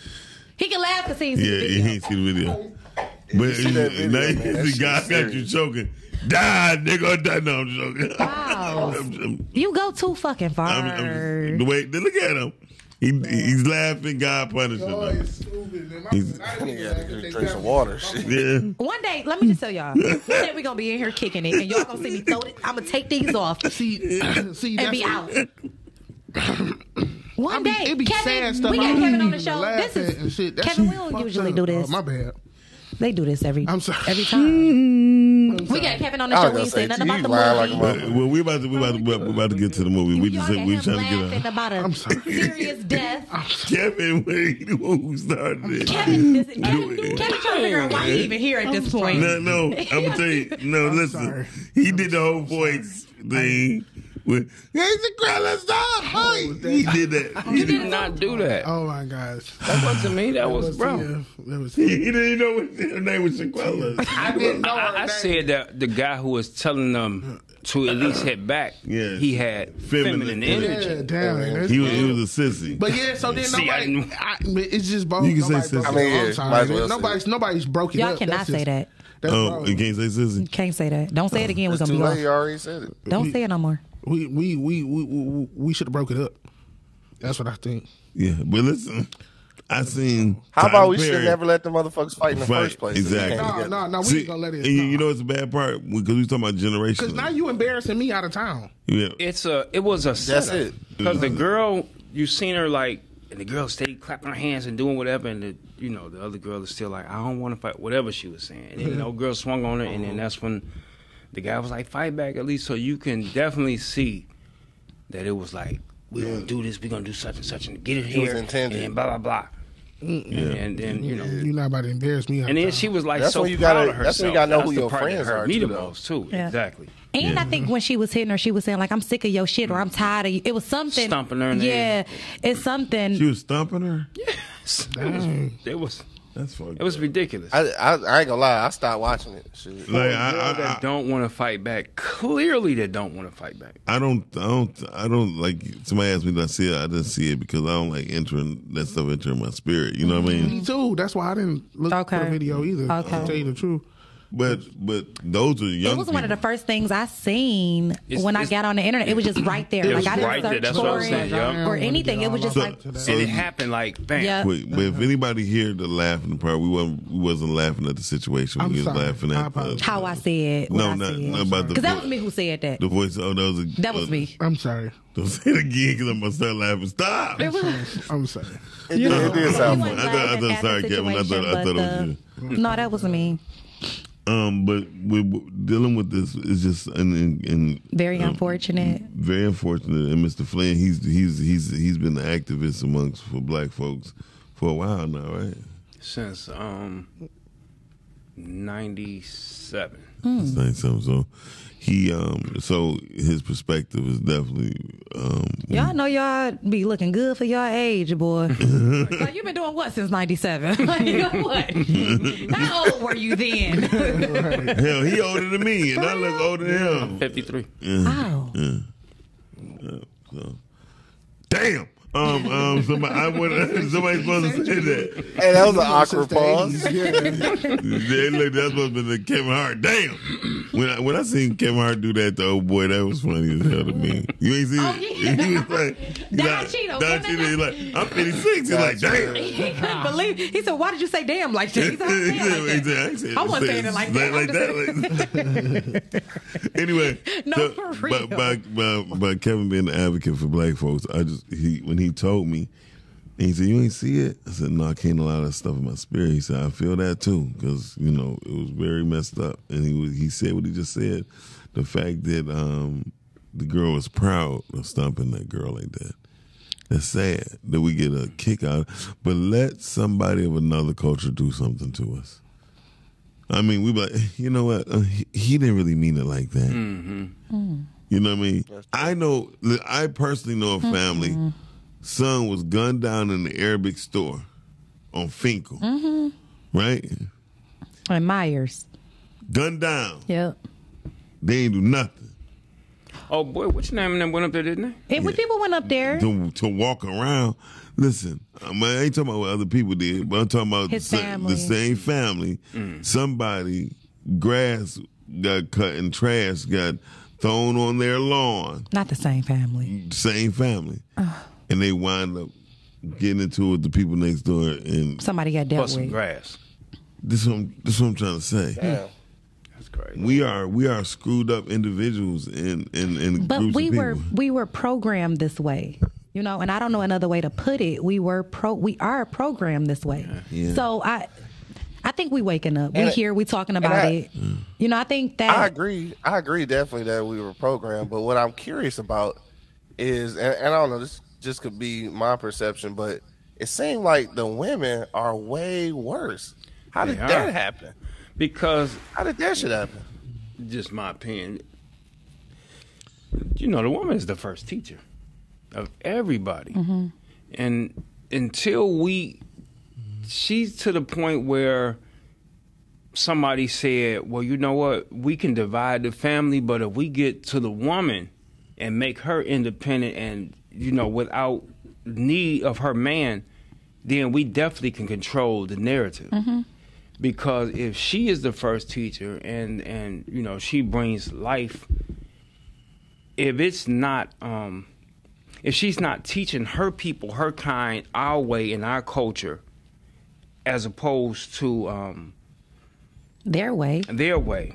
He can laugh because he ain't see
Yeah,
the
he
video.
ain't see the video. But
see that video,
now
man, that
the
shit's
guy got you
serious.
choking. Die, nigga. Die. No, I'm joking.
Wow.
I'm- I'm-
You go too fucking far.
I'm- I'm- the way look at him. He, he's laughing. God punishes
Oh,
him.
it's stupid. man. My-
He's-
I didn't
Nigga
even
had
laugh
to
at
go
they
drink
got
some
me.
water. Shit.
Yeah.
One day, let me just tell y'all. One day we're gonna be in here kicking it, and y'all gonna see me throw it. I'm gonna take these off and
See, see, that's
be out. One
I be-
day,
it be
Kevin,
sad stuff.
we
I
got
don't
Kevin on
even
the show.
laugh
This is
at and shit. That
Kevin.
shit
We don't
fucked
usually
up.
do this.
Oh, my bad.
They do this every.
I'm sorry.
Every time we got Kevin on the
I was
show, we
gonna
ain't say
say,
nothing
you
about the
lying like a
movie.
mother-
Uh, Well, well, we about to we about to, we about to- we about to get to the movie. We
Y'all
just
got
said we
him
trying to
laughing
get
about a
I'm sorry.
serious death.
a Kevin Wade who started it.
Kevin, this, Kevin,
it.
Kevin trying to figure out why he even here at this point.
No, no, I'm gonna tell you. No, listen,
sorry.
he did the whole voice thing. With, He's a gorilla star. He did that. He,
You did not do that.
Oh my gosh.
That wasn't me. That was bro.
Yeah, it was.
he didn't know what her name was Shaquella.
I didn't know.
I, I said that the guy who was telling them to
Uh-uh.
at least hit back,
Yes.
he had
Feminine
feminine,
energy.
energy.
Yeah, damn. that's-
He was, he was a sissy.
But yeah, so then
See, I
nobody.
didn't-
I, but it's just both.
You can say
nobody
sis. I
broke it
mean,
up. I'm
yeah,
sorry,
might as
man.
well say
nobody's
it.
nobody's broken
Y'all
up.
cannot
That's
say
just-
that.
That's
oh,
wrong.
you can't say sissy.
Can't say that. Don't say it again. We're
It's
gonna
too
be
late.
off.
You already said it.
Don't say it no more.
We we we we we, we should have broke it up. That's what I think.
Yeah, but listen, I seen.
How
Tyler
about we should
Perry-
never let the motherfuckers fight in the
Fight,
first place?
exactly.
They came
No,
together.
Oh, no, no. We
See,
ain't gonna let
and
it.
you know it's a bad part because we talking about
because
generation.
now you embarrassing me out of town.
yeah,
It's a. It was a.
That's
setup.
it.
Because the girl, you seen her like, and the girl stayed clapping her hands and doing whatever, and the, you know the other girl is still like, I don't want to fight, whatever she was saying. And then the old girl swung on her, and then that's when the guy was like, fight back at least, so you can definitely see that it was like, we gonna do this, we gonna do such and such, and get it here,
was intended.
and blah blah blah. And then you know.
You're not about to embarrass me. Out
And
of
then
town.
she was like
That's
so
when you
proud
gotta-
of herself.
that's when you gotta know who
the
your
part that
friends
hurt
are,
Me
too,
the
though.
most too.
Yeah.
Exactly.
And I think when she was hitting her, she was saying like, "I'm sick of your shit" or "I'm tired of you." It was something.
Mm-hmm. Stomping her in the
yeah, it's something.
she was stomping her.
It was. It was,
That's fucked.
it was
up.
ridiculous.
I, I, I ain't gonna lie. I stopped watching it. Shit.
Like,
Girl
I, I,
that don't want to fight back. Clearly, they don't want to fight back.
I don't, I don't, I don't like. Somebody asked me, did I see it? I didn't see it because I don't like entering that stuff entering my spirit. You know what I
me
mean?
too. That's why I didn't look for
Okay.
the video either.
Okay.
To tell you the truth.
But, but those are young.
it was one of the
people.
first things I seen
It's-
when I
it's-
got on the internet. It was just right there.
It
like
was
I didn't
right there.
search
That's
for
what I'm
it
saying,
I
y'all.
don't wanna
or
get
anything. It
all
was just
up
like
into that.
And it happened like bam.
Yeah.
Wait, but
Uh-huh.
if anybody here the laughing part, we wasn't, we wasn't laughing at the situation.
I'm
we was
sorry.
laughing
I
at the,
apologize.
how I said.
no,
what
not,
I
not
said.
about the
Because that was me who said that.
the voice. Oh, that was a,
That was me.
I'm sorry.
Don't say it again because I'm gonna start laughing. Stop.
It was.
I'm sorry.
It, did, it did sound
I
funny.
thought- I thought- sorry, Kevin, I thought- I thought it was
you. No, that wasn't me.
Um, but we dealing with this is just an, an, an
Very
Mm-hmm.
unfortunate.
very unfortunate. And Mr. Flynn, he's he's he's he's been an activist amongst for black folks for a while now, right?
Since um '97.
It's like something. So he um so his perspective is definitely um
Y'all know y'all be looking good for your age, boy. like, you been doing what since 97? like, you know what? How old were you then?
hell he older than me and I look older than him.
53.
Wow.
So damn. Um, um, somebody, I would, somebody's supposed to say that.
Hey, that was an
Since
awkward
the
pause.
80s, yeah.
They look, that's supposed to be the Kevin Hart. Damn. When I, when I seen Kevin Hart do that, though, boy, that was funny as hell to me. You ain't seen
Oh,
it?
yeah.
He was like, he's
Don
like,
Cheadle,
Don
wasn't
Cheadle,
it?
he's like, I'm 56. He's like, damn.
He couldn't believe. He said, "Why did you say damn like that?" He said, "I said it like that."
Exactly.
I wasn't saying it like that.
Like that. like- anyway,
No,
so,
for real.
But, but, but, but Kevin being an advocate for black folks, I just he when he told me, and he said, "You ain't see it." I said, "No, I can't allow that stuff in my spirit." He said, "I feel that too because you know it was very messed up." And he was, he said what he just said, the fact that um the girl was proud of stomping that girl like that. It's sad that we get a kick out, but let somebody of another culture do something to us. I mean, we be like, you know what? Uh, he, he didn't really mean it like that. You know what I mean? I know. li- I personally know a family.
Mm-hmm.
Son was
Mm-hmm.
gunned down in the Arabic store on Finkel, right?
And Myers.
gunned down.
Yep.
They ain't do nothing
Oh boy, what's your name? And then went up there, didn't they?
And when people went up there,
to to walk around. Listen, I, mean, I ain't talking about what other people did, but I'm talking about
His
the, sa-
family.
the same family. Somebody grass got cut and trash got thrown on their lawn.
not the same family.
Same family, and they wind up getting into it with the people next door. And
Somebody got dealt
Plus some
with.
grass.
this is what I'm, this is what I'm trying to say.
Damn.
That's crazy.
We are we are screwed up individuals and and and
But
groups
we
of people.
were we were programmed this way. You know, and I don't know another way to put it. We were pro we are programmed this way.
Yeah.
So I I think we waking up. We
And I-
here, we talking about
I-
it. You know, I think that
I agree. I agree definitely that we were programmed. But what I'm curious about is, and, and I don't know, this just could be my perception, but it seemed like the women are way worse. How did
They are.
that happen?
Because
How did that shit happen?
just my opinion. You know, the woman is the first teacher of everybody, and until we, she's to the point where somebody said, "Well, you know what? We can divide the family, but if we get to the woman and make her independent, and you know, without need of her man, then we definitely can control the narrative." because if she is the first teacher and and you know she brings life if it's not um if she's not teaching her people her kind our way in our culture as opposed to um
their way.
their way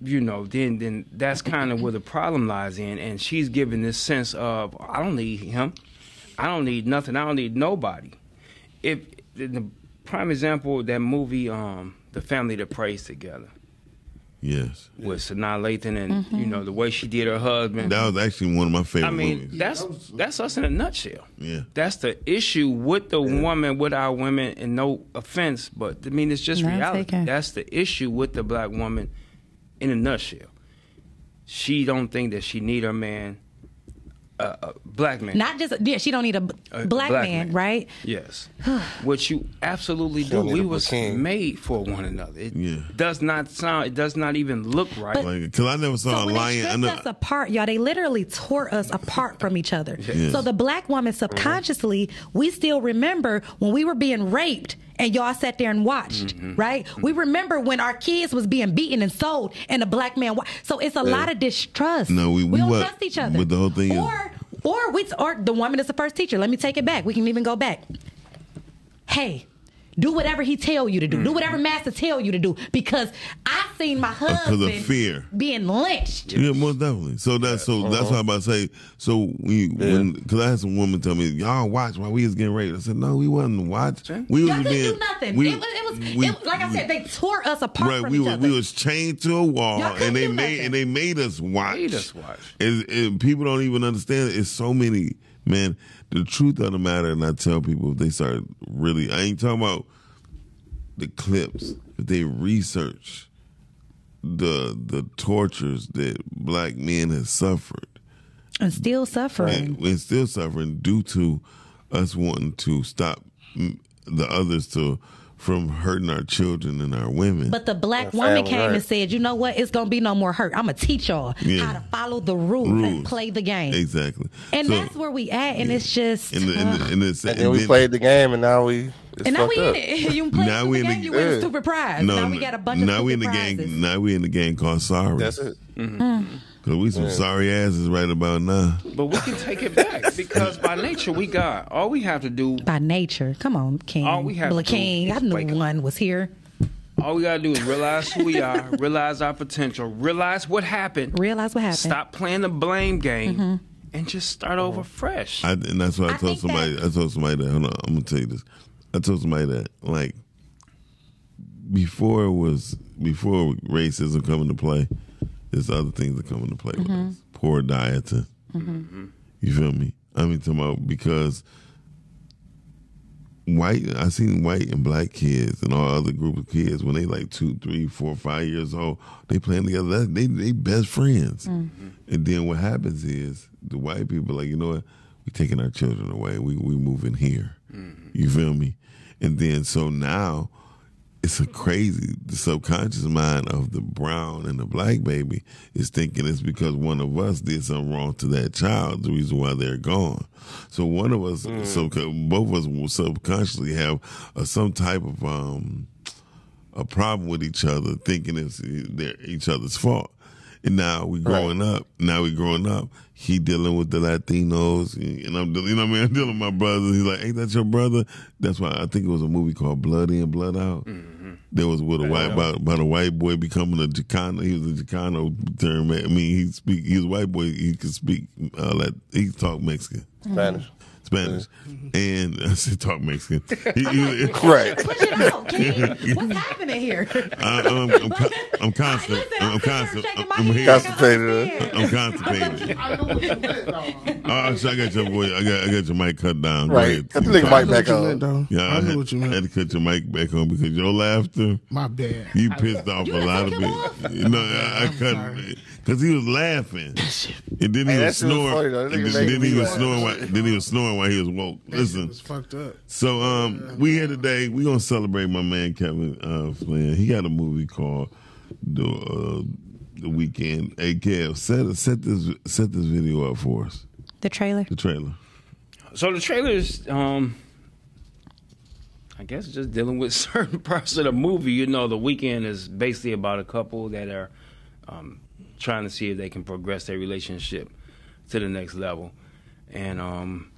you know then then that's kind of where the problem lies in and she's given this sense of i don't need him i don't need nothing i don't need nobody if the, the prime example that movie um the family that prays together
yes.
with Sanaa Lathan and you know the way she did her husband.
That was actually one of my favorite
I mean,
movies.
that's that's us in a nutshell.
Yeah.
That's the issue with the woman, with our women, and no offense, but I mean it's just
No, it's
reality.
okay.
That's the issue with the black woman in a nutshell. She don't think that she need her man, a a black man.
Not just yeah, she don't need a, b-
A
black,
black
man,
man.
right?
Yes, which you absolutely do.
don't need
We
a
was
king.
made for one another. It
Yeah.
does not sound. It does not even look right.
Like, cause I never saw
So
a
when
lion.
they
I
stripped
never-
us apart, y'all, they literally tore us apart from each other. So the black
Mm-hmm.
woman subconsciously, we still remember when we were being raped and y'all sat there and watched,
Mm-hmm.
right? We remember when our kids was being beaten and sold and the black man. Wa- so it's a lot of distrust.
No, we- we
don't
what-
trust each other.
what the whole thing is-
or, or we or the woman is the first teacher. Let me take it back. We can even go back. Hey. Do whatever he tell you to do.
Mm-hmm.
Do whatever master tell you to do. Because I seen
Uh,
my husband
fear.
being lynched.
Yeah, most definitely. So that's so
Uh-huh.
that's why I'm about to say. So we when because I had some woman tell me y'all watch while we was getting raped. I said no, we wasn't watching. We was
Y'all didn't
being
do nothing.
we-
it was, it was,
we-
it was like I said, they tore us apart
right.
from
We
each
was
other.
we was chained to a wall
Y'all couldn't
and they
do
made
nothing.
and they made us watch.
Made us watch.
And, and people don't even understand. It's so many man. The truth of the matter, and I tell people if they start really, I ain't talking about the clips. If they research the the tortures that black men have suffered
and still suffering.
and we're still suffering due to us wanting to stop mm, the others to from hurting our children and our women.
But the black
Yeah,
woman
family
came
hurt.
and said, you know what? It's going to be no more hurt. I'm going to teach y'all
Yeah.
how to follow the rules,
Rules.
and play the game.
exactly,
And
So-
that's where we at. And it's just.
and the, and the, and, the,
And then we played the game, and now we it's
and now
fucked
we
up.
in it. You play
Now
now
we
we
in the-
game, you win
Yeah.
a stupid prize.
No,
now we
no,
got a bunch
now
of
we in
stupid
the
prizes.
gang. Now we in the gang called sorry.
That's it.
Cause we some sorry asses right about now.
But we can take it back because by nature we God. All we have to do,
By nature. Come on, King.
All we have to
Bla-
do
King.
is
I knew
wake up.
one was here.
all we gotta do is realize who we are, realize our potential, realize what happened,
Realize what happened.
stop playing the blame game, and just start over fresh.
I, and that's what I,
I
told
think
somebody.
that-
I told somebody that. Hold on, I'm gonna tell you this. I told somebody that like before it was before racism come into play. There's other things that come into play
Mm-hmm.
with us. Poor dieting. You feel me? I mean, talking about because white. I seen white and black kids and all other group of kids when they like two, three, four, five years old. They playing together. That- They they best friends. And then what happens is the white people like, you know what? We taking our children away. We we moving here. You feel me? And then so now it's a crazy the subconscious mind of the brown and the black baby is thinking it's because one of us did something wrong to that child the reason why they're gone so one of us sub both of us will subconsciously have uh, some type of um a problem with each other thinking it's their each other's fault and now we growing up. Now we growing up. He dealing with the Latinos, and I'm, dealing- you know, what I mean, I'm dealing with my brother. He's like, "Ain't that your brother?" That's why I think it was a movie called Blood In, Blood Out. There was with a white about, about a white boy becoming a Chicano. He was a Chicano term. I mean, he speak. He's a white boy. He could speak. Uh, like he talk Mexican,
Mm-hmm.
Spanish.
Spanish, and I said talk Mexican. He- he-
Right.
Push it out, kid. What's happening here?
I, I'm, I'm, con- I'm constant. I'm, constant. I'm, I'm here.
Constipated.
I'm constipated.
I know what you meant, though.
Oh, so I got your boy. I got I got your mic cut down. Go
Right.
ahead.
Cut the nigga
I
mic
know what
back
you meant,
on.
though.
Yeah,
I
had,
know what you
had to
meant.
cut your mic back on because your laughter,
My bad.
you pissed off a lot of
took him off?
people. You know, I, I cut
sorry.
because he was laughing, and then he
Hey, that
was
shit was funny,
snoring.
though. That
and
nigga
then,
made
then
me
he was
laugh.
snoring. While, then he was snoring while he was woke.
It
Listen,
was fucked up.
so um, we here today. We gonna celebrate my man Kevin uh, Flynn. He got a movie called the uh, the weekend. Hey, Kev, set set this set this video up for us.
The trailer.
The trailer.
So the trailer is, um, I guess, just dealing with certain parts of the movie. You know, the weekend is basically about a couple that are um, trying to see if they can progress their relationship to the next level, and um,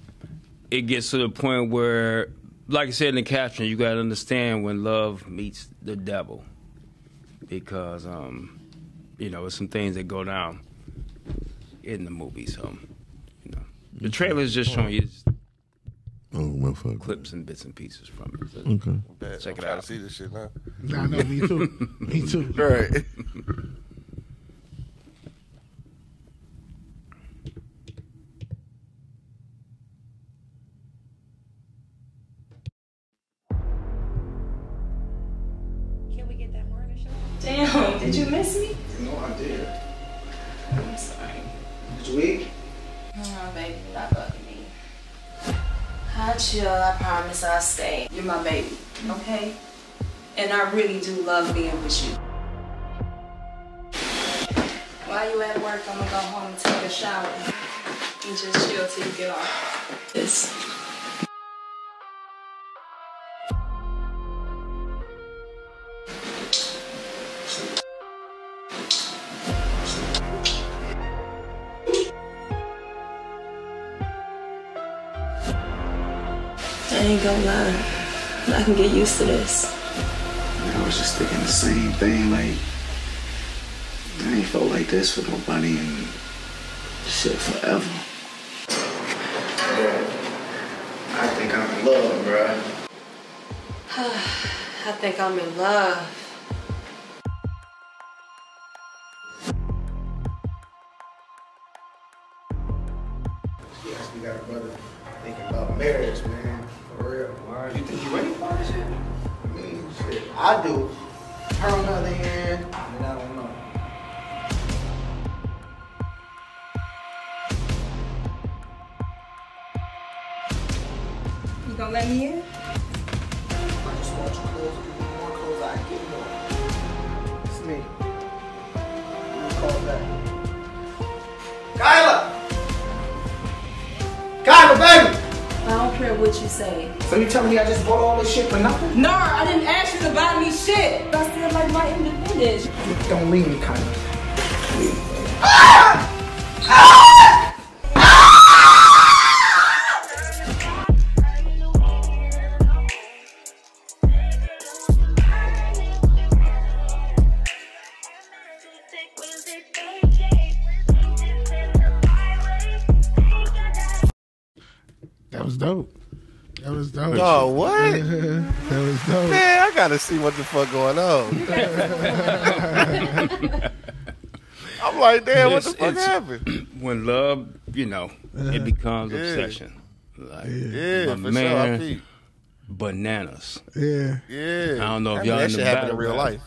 it gets to the point where, like I said in the caption, you gotta understand when love meets the devil, because um, you know, it's some things that go down in the movie. So, you know, the trailer is just showing you.
Oh motherfucker.
clips and bits and pieces from it. So
Okay.
Check it
I
out.
see this shit now.
I know, me too. me too.
Right.
Can we get that morning show?
Damn, did you miss me?
No, I did.
I'm sorry.
This week?
Oh, baby, not bugging me. I chill, I promise I'll stay. You're my baby, okay? And I really do love being with you. While you at work, I'm gonna go home and take a shower. And just chill till you get off. This. I ain't gonna lie. I can get used to this.
Man, I was just thinking the same thing. Like, I ain't felt like this for nobody and shit forever. I think I'm in love, bro.
I think I'm in love.
She actually got a brother thinking about marriage, man. For real. You think you ready for this shit? I mean, shit, I do. Her on the other hand, I, mean, I don't know.
You gonna let me
I
in?
just want you close. The more close I get, more. It's me. You call that. Kyla! Kyla, baby!
I don't care what you say.
So you telling me I just bought all this shit for nothing?
No, I didn't ask you to buy me shit. I still like my independence.
Don't leave me, Kyla.
That was dope. That was dope.
Oh, what?
Mm-hmm.
That was dope.
Man, I gotta see what the fuck going on. I'm like, damn, what the
It's-
fuck
it's-
happened?
When love, you know, it becomes
Yeah.
obsession. Like,
Yeah,
my
for sure. I
man,
peep.
bananas.
Yeah.
Yeah.
I don't know if
I
y'all
that
in the
shit happened in
battle
real
rap.
life.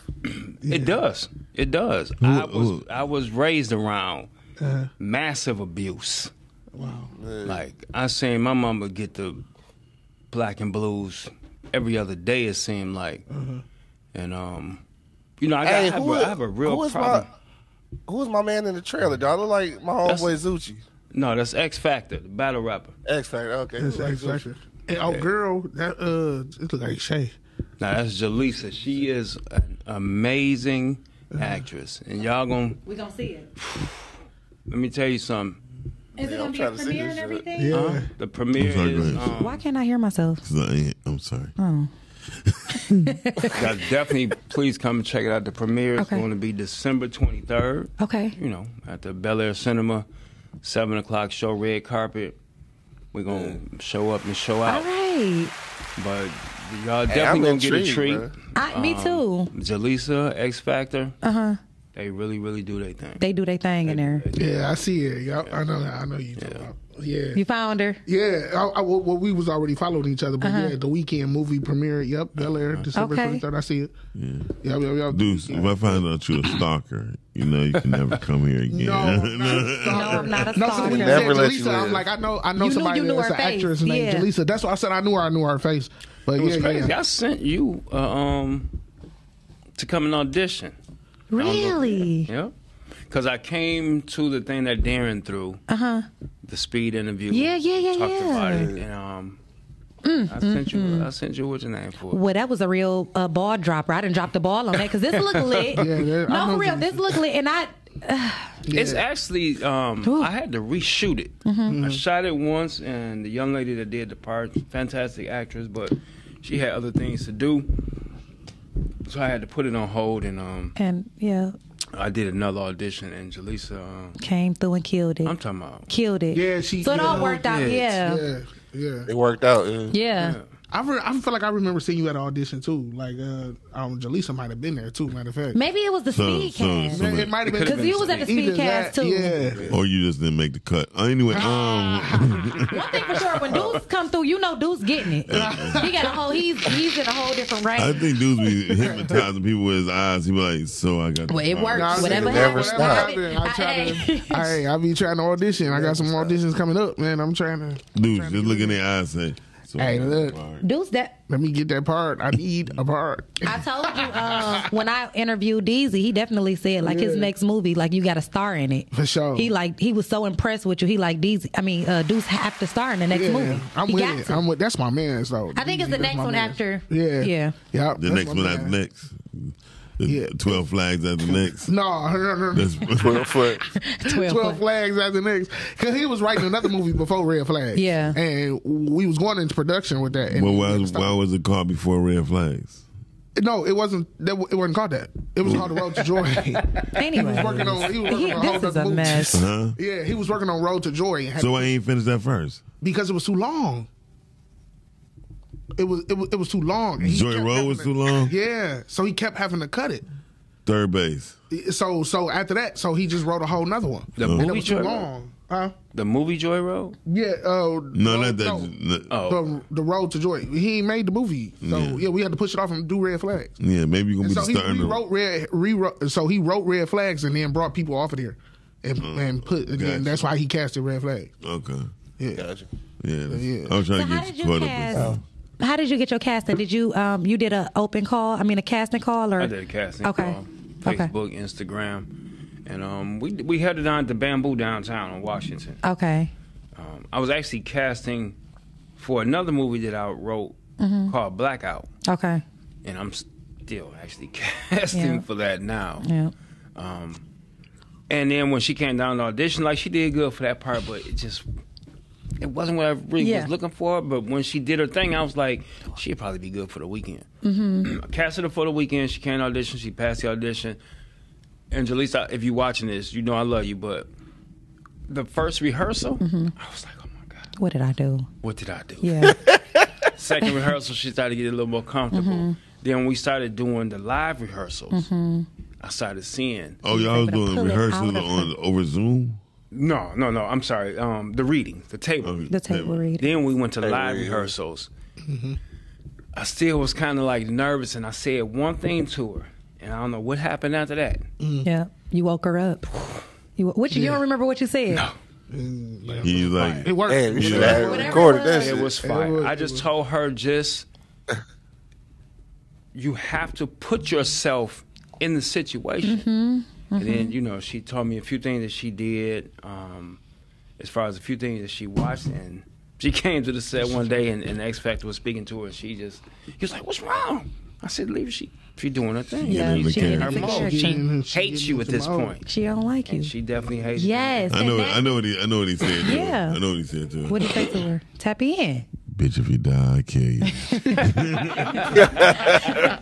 It does. It does. I was
ooh.
I was raised around
Uh,
massive abuse.
wow.
Like I seen my mama get the black and blues every other day. It seemed like, And um, you know, I, got, I,
Mm-hmm. Hey,
have,
who
a,
is-
I have a real
who is my-
problem.
Who was my man in the trailer? Dog? I look like my
That's-
homeboy Zuchi.
No, that's X Factor, the battle rapper.
X Factor. Okay.
That's
Like
X
Zuchi.
Factor. And, oh, girl, that uh, it look like Shay.
Now that's Jaleesa. She is an amazing actress, and y'all gonna
We gonna see it.
let me tell you something.
Is it
I'm
gonna be a
trying to see
premiere
this
and
shit.
everything?
Yeah,
Huh? The premiere
I'm sorry,
is
go ahead.
um,
Why can't I hear myself?
'Cause I ain't- I'm sorry.
Oh,
y'all definitely please come and check it out. The premiere is
Okay.
going to be December twenty third.
okay.
You know, at the Bel Air Cinema, seven o'clock show, red carpet. We're gonna show up and show
All
out,
right.
but y'all
Hey,
definitely
I'm
gonna get a
intrigued,
treat.
bruh.
I, me too.
Jaleesa, X Factor,
Uh huh.
they really, really do their thing.
They do their thing in there.
Yeah, I see it. Y'all, I know. I know you. talking about. Yeah.
You found her.
Yeah, I, I, well, well, we was already following each other, but yeah, the weekend movie premiere. Yep, Bel Air, December
Uh-huh. Okay.
twenty third. I see it.
Yeah.
Yep, yep, yep.
Deuce, if I find out you're a stalker, you know you can never come here again.
No, I'm not a stalker.
No, I'm not a
No, so
stalker.
when you
Never
said
let
Jaleesa,
you
I'm
live.
like, I know, I know
You knew
somebody
you knew
that's
her
an
face.
actress named
Yeah.
Jaleesa. That's why I said I knew her. I knew her face. But
It was
yeah,
crazy.
yeah.
I sent you uh, um to come and audition.
Really?
Yeah. Cause I came to the thing that Darren threw,
Uh huh.
the speed interview.
Yeah, yeah, yeah,
Talked
yeah. Mm,
about it, and um, I sent you. I sent you what's your name for? it.
Well, that was a real uh, ball dropper. I didn't drop the ball on that because this look lit.
that- I
no,
know
for real,
Jaleesa.
this look lit. And I,
It's actually um, I had to reshoot it.
Mm-hmm.
I shot it once, and the young lady that did the part, fantastic actress, but she had other things to do, so I had to put it on hold. And um,
and yeah,
I did another audition, and Jaleesa, um,
came through and killed it.
I'm talking about.
killed it.
Yeah, she-
So it all
yeah.
worked out.
Yeah.
Yeah. Yeah.
Yeah, yeah.
It worked out. yeah.
I, re- I feel like I remember seeing you at an audition too. Like, uh, um, Jaleesa might have been there too. Matter of fact,
Maybe it was the
So-
speed
so-
cast.
so-
it, it might have been
Because you was
at the
Either
speed cast,
that-
too.
Yeah,
Or you just didn't make the cut. Uh, Anyway,
Ah.
um,
One thing for sure, when Deuce come through, you know Deuce getting it. he got a whole. He's he's in a whole different range.
I think dudes be hypnotizing people with his eyes. He be like, so I got.
well,
the
it
part."
works.
Nah, I'm
Whatever
saying it never
happens,
stopped.
whatever-
I try to, hey, I be trying to audition. I got some auditions coming up, man. I'm trying to.
Dudes, just look in their eyes and say, so I
Hey,
got the
look.
part.
Deuce, that
Let me get that part. I need a part.
I told you um, when I interviewed Deezy, he definitely said like his
Yeah.
next movie, like you got a star in it
For sure.
He like he was so impressed with you. He like Deezy. I mean, uh, Deuce have to star in the next
Yeah,
movie.
I'm
he
with
got
it.
to.
I'm with. That's my man. So
I think it's the
That's
next
my
one
mans.
after.
Yeah,
Yeah.
yeah.
The next one after
next.
next. The
Yeah.
Twelve flags after next.
No, no, no, no.
That's
Twelve foot.
Twelve.
Twelve Flags after next, because he was writing another movie before Red Flag.
Yeah.
and we was going into production with that. and
well,
he
why,
didn't stop.
why was it called before red flags?
No, it wasn't. That it wasn't called that. It was called The Road to Joy. he was
Anyway,
working on. He was working
He-
on a whole
this is
other
a
movie.
mess.
Huh?
Yeah, he was working on Road to Joy and had-
So I ain't finished that first.
because it was too long. It was it was, it was too long. and he
Joy
kept
Road
having
was
to-
too long.
Yeah, so he kept having to cut it.
Third base.
So so after that, so he just wrote a whole nother one.
Mm.
The
and it
movie
was too
Joy Road?
long. Huh?
The movie Joy Road.
Yeah. Uh,
No,
Road-
not that.
no,
no.
Oh.
The, the road to joy. He ain't made the movie, so yeah, we had to push it off and do red flags.
Yeah, maybe you're gonna
And
be
so
the
he
starting. to-
rewrote red, rewrote. So he wrote red flags and then brought people off of there, and and put. And
Mm. Gotcha.
then that's why he casted red flag.
Okay.
Yeah.
Gotcha.
Yeah. that's-
Yeah. Oh.
I was
So
trying
how
to
did
get you
you
caught up.
cast? How did you get your casting? Did you um you did a open call? I mean a casting call or
I did a casting
Okay.
call,
Okay.
Facebook, Instagram, and um, we we had it on at the Bamboo downtown in Washington.
Okay.
Um, I was actually casting for another movie that I wrote
Mm-hmm.
called Blackout,
Okay.
and I'm still actually casting
Yeah.
for that now.
Yeah.
Um, and then when she came down to audition, like she did good for that part, but it just it wasn't what I really
Yeah.
was looking for. But when she did her thing, I was like, she'd probably be good for the weekend. Mm-hmm. I casted her for the weekend. She came to audition. She passed the audition. And Jaleesa, if you're watching this, you know I love you, but the first rehearsal, I was like, oh my god,
What did I do?
what did I do?
Mm-hmm. Yeah.
Second rehearsal, she started to get a little more comfortable.
Mm-hmm.
Then we started doing the live rehearsals. I started seeing
Oh, y'all was
But I
doing
pull it
rehearsals
out of
on over Zoom.
No, no, no. I'm sorry. Um, the reading, the
Oh,
table.
The table read.
Then we went to live
read.
rehearsals. I still was kind of like nervous, and I said one thing to her, and I don't know what happened after that.
Yeah, you woke her up. You what you, you don't remember what you said?
He's like,
It worked.
Man, you should
Yeah.
have recorded that
It
shit.
was fire.
was-
I just told her just you have to put yourself in the situation. And then you know she taught me a few things that she did, um, as far as a few things that she watched, and she came to the set one day and, and X Factor was speaking to her, and she just he was like, "What's wrong?" I said, "Leave. She she doing her thing.
Yeah,
She's
she
in
getting
her
into
Oh,
mode.
character.
She
She
hates
getting
you at
into
this
mode.
point.
She don't like you.
She definitely hates you.
yes.
I
and
know.
that-
I know what he. I know what he said. to her.
Yeah.
I know what he said to her.
What do you say to her? Tap in.
Bitch, if you die, I kill you.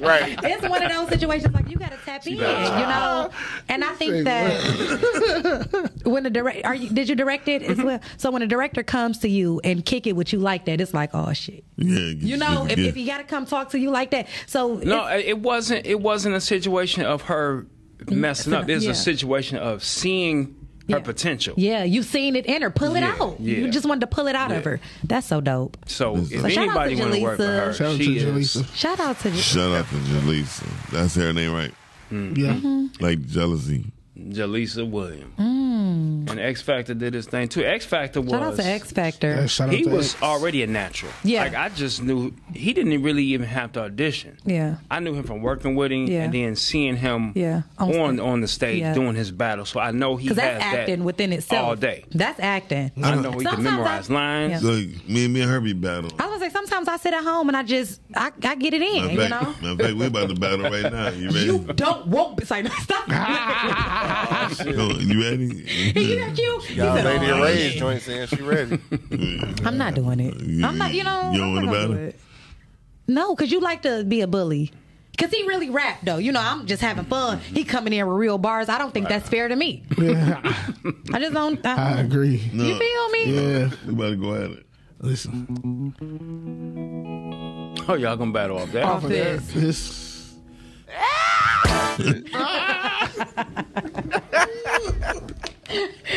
right.
It's one of those situations like you got to tap in, you know. And I think that when the direct, are you, did you direct it
Mm-hmm.
as well? So when a director comes to you and kick it with you like that, it's like oh shit,
yeah. get
you know.
yourself
If,
together.
if you got to come talk to you like that, so
No, it it wasn't. It wasn't a situation of her messing up. It's
Yeah.
a situation of seeing her
Yeah.
potential.
Yeah, you've seen it in her. Pull it
Yeah,
out. You
yeah.
just wanted to pull it out of
Yeah.
her. That's so dope.
So if
shout out
anybody
to
want to work with her,
Jaleesa.
Shout out
she
to
is.
Jaleesa.
Shout out to you.
Shout out to Jaleesa. That's her name, right?
Yeah.
Mm-hmm.
Like jealousy.
Jaleesa Williams. And X Factor did his thing too. X Factor was
Mm. Shout out to X Factor.
Yeah, shout out
he
to
was
X.
already a natural.
Yeah.
Like I just knew he didn't e-, really even have to audition.
Yeah.
I knew him from working with him
Yeah.
and then seeing him
Yeah. On
on
stage.
on, the stage
Yeah.
doing his battle. So I know he has
Because that's acting
that
within itself.
all day.
That's acting.
I know he can
Sometimes I-
memorize lines.
So like, me and me and her be battling.
I was gonna say sometimes I sit at home and I just I, I get it in,
Matter
you
of
know.
fact, matter of fact, we about to battle right now. You ready?
You don't want it's like stop.
Go- you ready?
you that cute? He
Y'all
said,
Lady
"Oh,
Ray's joints in. She ready.
I'm not doing it. I'm not, you know.
You don't
I'm
wanna
not gonna
battle?
do it. No, because you like to be a bully. Because he really rapped, though. You know, I'm just having fun. He coming in with real bars. I don't think that's fair to me.
yeah.
I just don't.
I
I,
agree.
No.
you feel me?
Yeah.
We about to go at it.
Listen.
Oh, y'all gonna battle off that?
Off this.
This.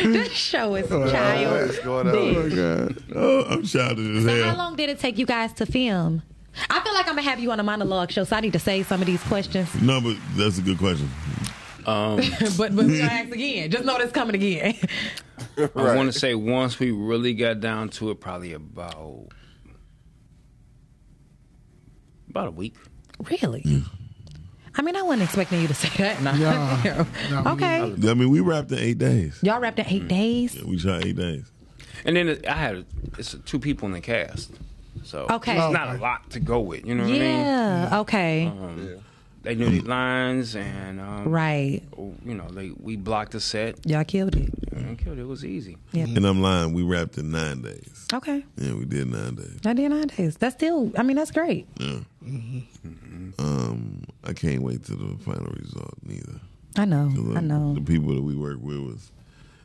This show is child.
What's going on?
Oh, God.
Oh, I'm shouting as
So how
hell.
long did it take you guys to film? I feel like I'm gonna have you on a monologue show, so I need to save some of these questions.
No, but that's a good question.
but but we're gonna ask again. Just know that's coming again.
I want to say once we really got down to it, probably about about a week.
really? I mean, I wasn't expecting you to say that. No.
Yeah. No, me
okay.
I mean, we wrapped in eight days.
Y'all wrapped in eight days.
We tried eight days.
And then it- I had a, it's two people in the cast, so
Okay.
it's not a lot to go with. You know what I mean? Um,
Yeah. Okay.
They knew the lines, and um,
right.
you know, they we blocked the set
Y'all killed it.
and killed it. It was easy.
And I'm lying. We wrapped in nine days.
Okay.
Yeah, we did nine days.
I did nine days. That's still. I mean, that's great.
Mm-hmm. Um, I can't wait to the final result. Neither.
I know.
The-
I know.
The people that we work with was.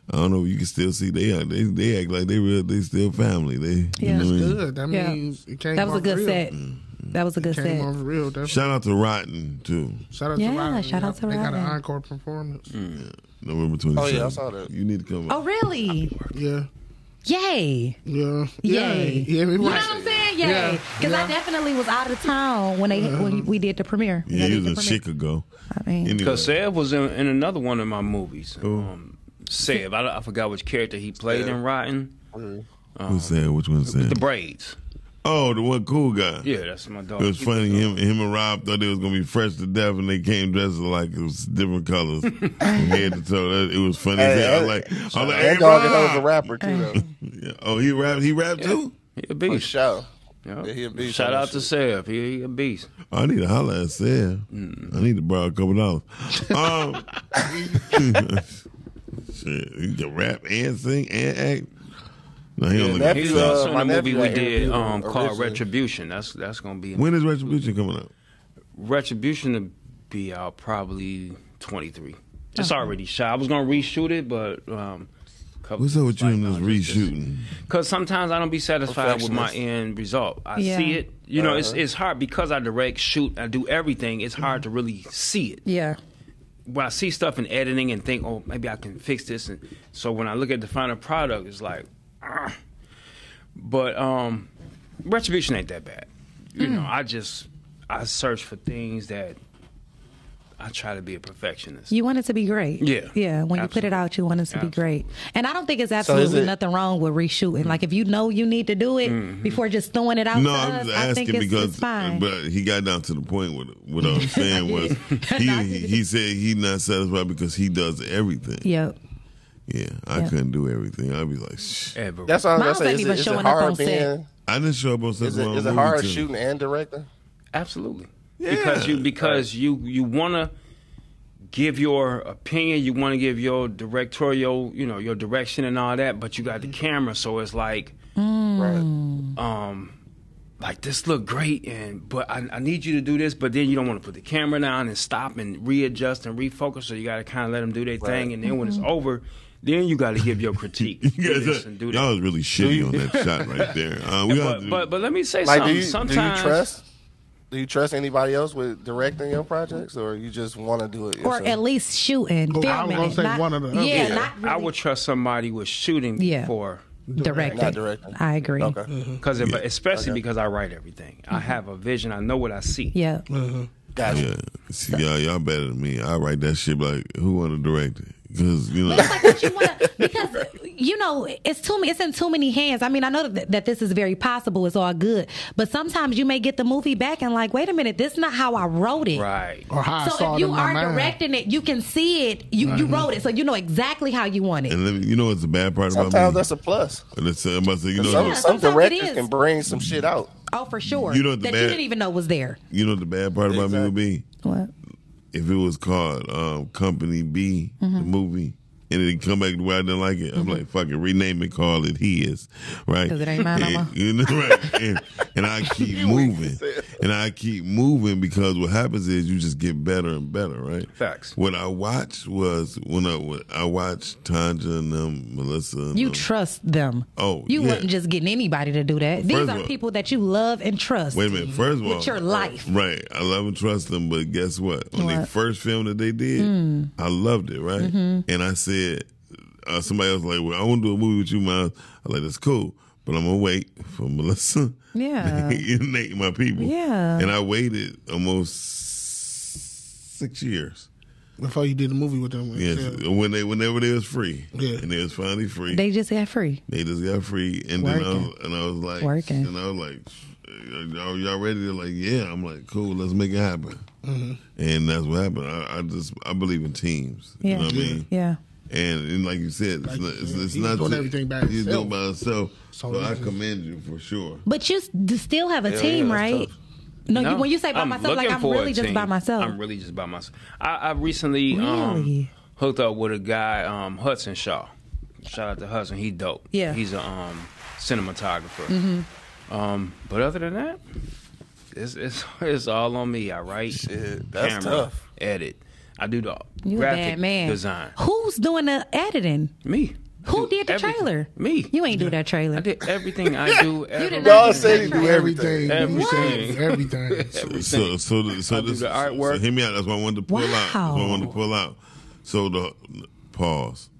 I don't know. if You can still see they are. They they act like they real. They still family. They. You know
Yeah.
what I mean?
Good. That
Yeah.
means it came
That was a
off
good
real.
set.
Mm.
That was a good
Came
set.
off real. Definitely.
Shout out to Rotten too.
Shout out
Yeah,
to Robin.
shout out to Mm.
They got an
Robin.
encore performance.
November twenty.
Oh, yeah, I saw that.
You need to come.
Oh really?
Yeah.
Yay!
Yeah.
Yay.
Yeah. we
You know
right.
what I'm saying?
Yeah,
Yay! Because
yeah.
I definitely was out of town when they when we did the premiere.
Uh-huh.
When
Yeah,
they
he
did
was
the Uh,
in
premiere.
Chicago.
I mean,
Anyway,
Because Seb was in, in another one of my movies. Um, Seb, I, I forgot which character he played in Rotten.
who said which one said?
The braids.
oh, the one cool guy.
Yeah, that's my dog.
It was funny. Him, him and Rob thought they was gonna be fresh to death, and they came dressed like it was different colors, from head to toe. That- It was funny. as
Hey,
hell. I
hey,
like, I'm like, hey,
That dog that was a
Rob.
rapper too though.
Yeah. Oh, he rapped. He rapped too.
He a
For
beast.
sure.
Yep.
Yeah, he a beast
Shout
on
out
that
to Seb. He, he a beast.
Oh, I need to holler at Seb.
Mm.
I need to borrow a couple dollars. Um, shit, he can rap and sing and act. No, he don't
Yeah,
look
that-
He's
uh,
also
my
in a movie
nephew
we
I
did
interviewed
um, called
originally.
Retribution. That's that's gonna be
when is Retribution coming out?
Retribution to be out probably twenty three. It's
Uh-huh.
already shot. I was gonna reshoot it, but um,
What's up with you and this reshooting?
Because sometimes I don't be satisfied with my
Perfectionist.
end result. I
Yeah.
see it. You know,
Uh-huh.
it's it's hard because I direct, shoot, I do everything. It's hard to really see it.
yeah.
When I see stuff in editing and think, oh, maybe I can fix this, and so when I look at the final product, it's like, ah. but um, retribution ain't that bad. You know, I just I search for things that I try to be a perfectionist.
You want it to be great.
Yeah.
Yeah. When you put it
Absolutely.
out, you want it to be
Absolutely.
great. And I don't think it's
is
absolutely
it-
nothing wrong with reshooting. Like if you know you need to do it
Mm-hmm.
before just throwing it out
No,
to
I'm
us,
just
I think
asking
it's,
because uh,
it's fine.
but he got down to the point with what I was saying was he, he he said he not satisfied because he does everything. Yeah,
yep.
I
Yeah.
couldn't do everything. I'd be like, Shh.
Ever.
That's all I'm
Miles
gonna say. Is it,
ain't even
is it
showing up on
hard
set.
being?
I didn't show up on set.
Is
for
it,
my
is it
movie
hard
too.
shooting and directing?
Absolutely. Because you because you you want to give your opinion, you want to give your directorial, you know, your direction and all that, but you got the camera, so it's like
Hmm.
Right.
um like this look great and but I, I need you to do this but then you don't want to put the camera down and stop and readjust and refocus so you got to kind of let them do their thing and then when
Mm-hmm.
it's over then you got to give your critique
You
do
guys,
this
are-
and do
y'all
that
was really shitty on that shot right there. Uh, we gotta
but,
do-
but but let me say
Like, do
something
you, do you
sometimes
trust? Do you trust anybody else with directing your projects, or you just want to do it?
Or
yourself?
at least shooting,
Well, I was
filming.
gonna
it,
say
not-
one or the other.
Yeah,
Yeah.
not
I
really
would trust somebody with shooting
Yeah.
before
directing.
Not directing.
I agree.
Okay.
because especially because I write everything I have a vision I know what I see
Mm-hmm. Yeah.
Gotcha.
yeah, see, y'all, y'all better than me. I write that shit like who want to direct it? Because you know,
It's like what you want to because you know it's too it's in too many hands. I mean, I know that, that this is very possible. It's all good, but sometimes you may get the movie back and like, wait a minute, this is not how I wrote it.
right
Or how I
So
saw
if
it
you
in my
are
mind.
directing it, you can see it. You you wrote it, so you know exactly how you want it.
and then, you know what's the bad part about
Sometimes
me?
that's a plus.
And it's, uh, I'm about to say, you know, Mm-hmm.
Some,
Yeah,
some
sometimes it
directors
is.
can bring some shit out.
Oh, for sure.
You know what the
that
bad-
you didn't even know was there.
you know what the bad part about me would be.
What?
if it was called um, Company B,
Mm-hmm.
the movie, and it come back the way I didn't like it, I'm like, fuck it, rename it, call it his, right?
'Cause it ain't mine no
And-
more.
you know, right? And, and I keep moving, and I keep moving because what happens is you just get better and better, right?
Facts.
What I watched was when I when I watched Tanja and them, Melissa. And
You
them.
trust them.
Uh, Oh,
you
yeah.
wasn't just getting anybody to do that.
First
These
of
are
all-
people that you love and trust.
Wait a minute. First of all,
Mm-hmm. your life.
Right. I love and trust them, but guess what? When they
What? Mm. Mm-hmm.
first film that they did, I loved it, right? And I said, uh, somebody else was like, well, I want to do a movie with you, Miles. I was like, that's cool, but I'm gonna wait for Melissa.
Yeah.
and Nate, my people.
Yeah.
And I waited almost six years.
Before you did the movie with them.
Yes.
Yeah.
When they, whenever they was free,
Yeah.
and they was finally free.
They just got free.
They just got free, and then I
Working.
was, and I was like,
Working.
and I was like, are y'all ready? They're like, yeah. I'm like, cool, let's make it happen.
Mm-hmm.
And that's what happened. I, I just I believe in teams. You
Yeah.
know what I mean?
Yeah.
And, and like you said, it's
Like,
not, it's,
yeah,
it's
he
not
was doing
to-
everything by
He's doing
himself.
by himself. So,
So
I
easy.
commend you for sure.
But you s- d- still have a
Hell
team,
yeah, that's
right?
tough.
No,
No,
you, when you say by myself, like
looking
I'm
for a
really just
team.
by myself.
I'm really just by myself. I, I recently um,
Really?
hooked up with a guy, um, Hudson Shaw. Shout out to Hudson. He dope.
Yeah. Mm-hmm.
He's a um, cinematographer. Um, but other than that, it's, it's it's all on me. I write,
Shit, that's
camera,
tough.
edit. I do the
you a
graphic
bad man.
design.
Who's doing the editing?
Me. I
Who
do
did the
everything.
trailer?
Me.
You ain't do that trailer.
I did everything I do. every-
not
Y'all said he do everything.
Everything. You said everything.
So so the, so
I do
this
the artwork.
So hear me out. That's why I wanted to pull out. That's why I wanted to
Wow.
pull out. So the pause.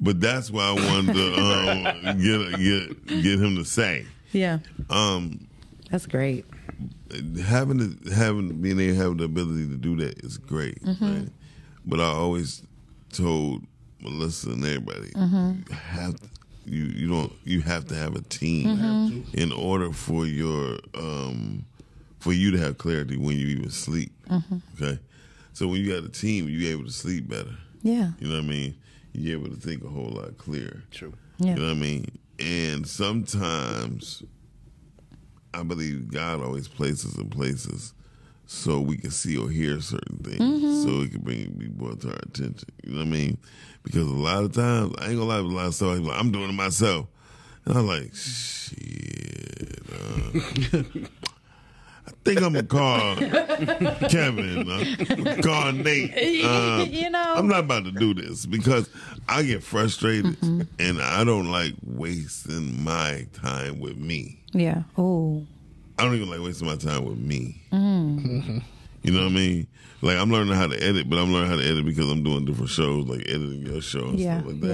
But that's why I wanted to um, get get get him to say.
yeah,
Um,
that's great.
having the, having being able to have the ability to do that is great. Right? But I always told Melissa and everybody, you have to, you you don't you have to have a team in order for your um for you to have clarity when you even sleep. Okay, so when you got a team, you able to sleep better.
Yeah,
You know what I mean? You're able to think a whole lot clearer. True.
Yeah.
You know what I mean? And sometimes I believe God always places in places so we can see or hear certain things.
Mm-hmm.
So it can bring be brought to our attention. You know what I mean? Because a lot of times I ain't gonna lie, a lot of stuff I'm like, I'm doing it myself. And I'm like, shit. uh, I think I'm gonna call Kevin. Uh, call Nate. Uh,
you know.
I'm not about to do this because I get frustrated and I don't like wasting my time with me.
yeah. Oh,
I don't even like wasting my time with me. You know what I mean? Like I'm learning how to edit, but I'm learning how to edit because I'm doing different shows, like editing your show and
Yeah,
stuff like that.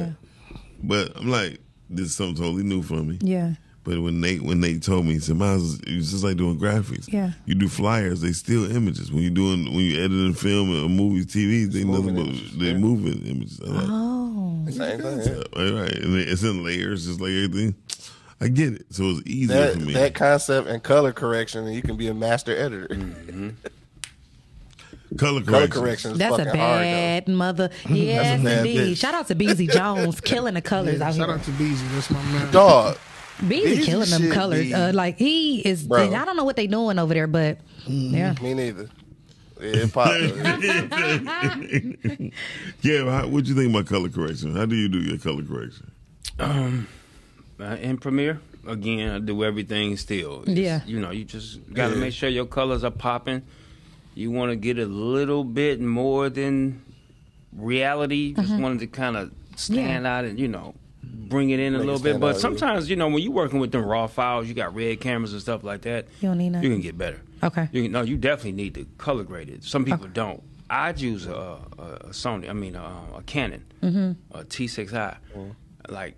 yeah.
But I'm like, this is something totally new for me.
yeah.
But when Nate when Nate told me, he said, "Miles, it's just like doing graphics.
Yeah.
you do flyers. They steal images when you doing when you editing a film or a movie, TV. They nothing but
images,
they
yeah.
moving images. I'm like,
Oh.
Same thing.
What's up? All right, and it- it's in layers, just like everything. I get it. So it's easier
That,
for me.
that concept and color correction, and you can be a master editor.
Mm, color correction.
Color correction is
That's a
fucking hard.
bad mother. Yes,
bad
indeed.
bitch.
Shout out to BZ Jones killing the colors
Yeah,
out
shout
here.
out to Beezy. That's my man.
Though. Dog,
BZ
Beezy
killing them
should
colors.
be-
uh, like he is.
Bro.
I don't know what they doing over there, but yeah.
me neither. Yeah, it popped.
yeah, how, what you think about color correction? How do you do your color correction?
Uh, in Premiere, again, I do everything still.
Yeah.
You know, you just got to
Yeah.
make sure your colors are popping. You want to get a little bit more than reality. Just
Mm-hmm.
wanted to kind of stand out and, you know, bring it in a
Make it
little bit.
stand
But
out, yeah.
sometimes, you know, when you're working with them raw files, you got red cameras and stuff like that.
You don't need nothing.
You can get better.
Okay.
You can, no, you definitely need to color grade it. Some people don't. I'd use a, a, a Sony. I mean, um, a, a Canon, a T6i. Like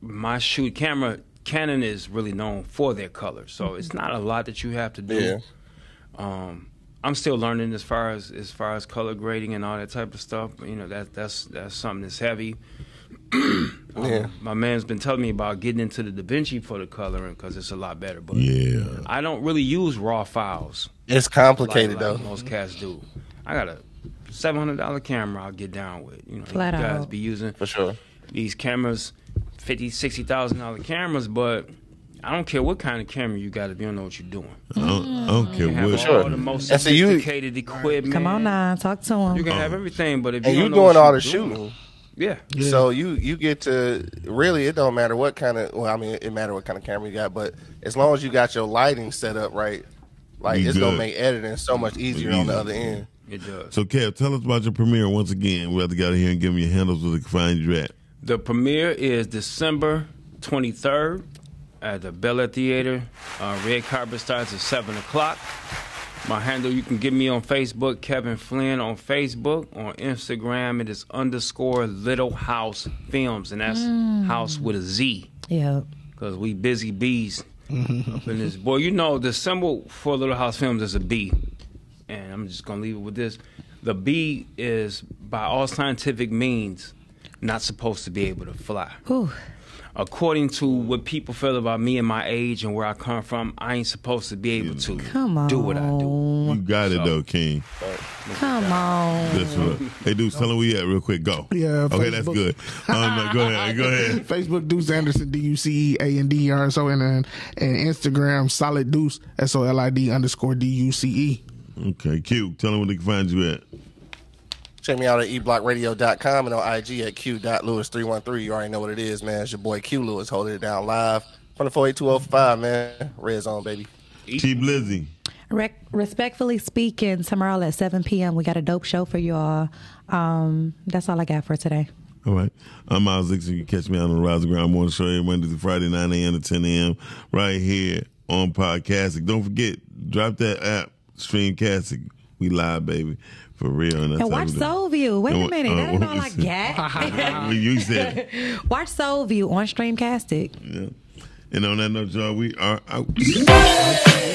my shoot camera, Canon is really known for their color, so it's not a lot that you have to do.
Yeah.
Um, I'm still learning as far as as far as color grading and all that type of stuff. You know, that that's that's something that's heavy. Um,
Yeah.
My man's been telling me about getting into the DaVinci for the coloring because it's a lot better. But
Yeah,
I don't really use raw files
It's
like,
complicated though.
like most cats do. I got a seven hundred dollar camera. I'll get down with. You know,
Flat
you guys
out.
be using
For sure.
these cameras, fifty, sixty thousand dollar cameras, but I don't care what kind of camera you got if you don't know what you're doing.
I don't, I don't care
You can have
what.
all
sure.
the most
And so you-
sophisticated equipment.
Come on now, talk to
You
him.
can have everything, but if
And
you
you
don't
doing
know what
all
you're
the
doing-
shooting.
yeah,
So you you get to really it don't matter what kind of well I mean it matter what kind of camera you got but as long as you got your lighting set up right like
You
it's gonna
good.
make editing so much easier on the
Easy.
other end.
it does.
So, Kev, tell us about your premiere once again. We have to get out of here and give me your handles where they can find you at.
The premiere is December 23rd at the Bella Theater. Uh, Red carpet starts at 7 o'clock. My handle, you can get me on Facebook, Kevin Flynn on Facebook. On Instagram, it is underscore Little House Films, and that's house with a Z
Yeah.
because we busy bees up in this. Boy, you know the symbol for Little House Films is a bee, and I'm just gonna leave it with this: the bee is, by all scientific means, not supposed to be able to fly.
Ooh.
According to what people feel about me and my age and where I come from, I ain't supposed to be able to
Come on.
do what I do.
You got it, though, King.
Come on.
That's what. Hey, dudes, tell them where you at real quick. Go.
Yeah,
Okay, that's
Facebook.
good. Um, no, go ahead. Go ahead.
Facebook Deuce Anderson D U C E A N D E R S O N N and Instagram Solid Deuce S O L I D underscore D U C E.
Okay, Q, tell them where they can find you at.
Check me out at e eblockradio.com and on IG at q.lewis313. You already know what it is, man. It's your boy Q Lewis holding it down live from the 48205, man. Red zone, baby.
Cheap Lizzie.
Rec- respectfully speaking, tomorrow at 7 p.m., we got a dope show for y'all. Um, that's all I got for today.
All right. I'm Miles Dixon. You can catch me out on the Rise of Ground Morning Show every Monday through Friday, 9 a.m. to 10 a.m. right here on Podcastic. Don't forget, drop that app, Streamcastic. We live, baby. For real. And, that's
And
how
watch
we do it.
Soul View. Wait
And
a
wa-
minute.
uh,
That ain't
what
all
you
I
said.
got.
Well, you said it.
watch Soul View on Streamcastic.
Yeah. And on that note, y'all, we are out.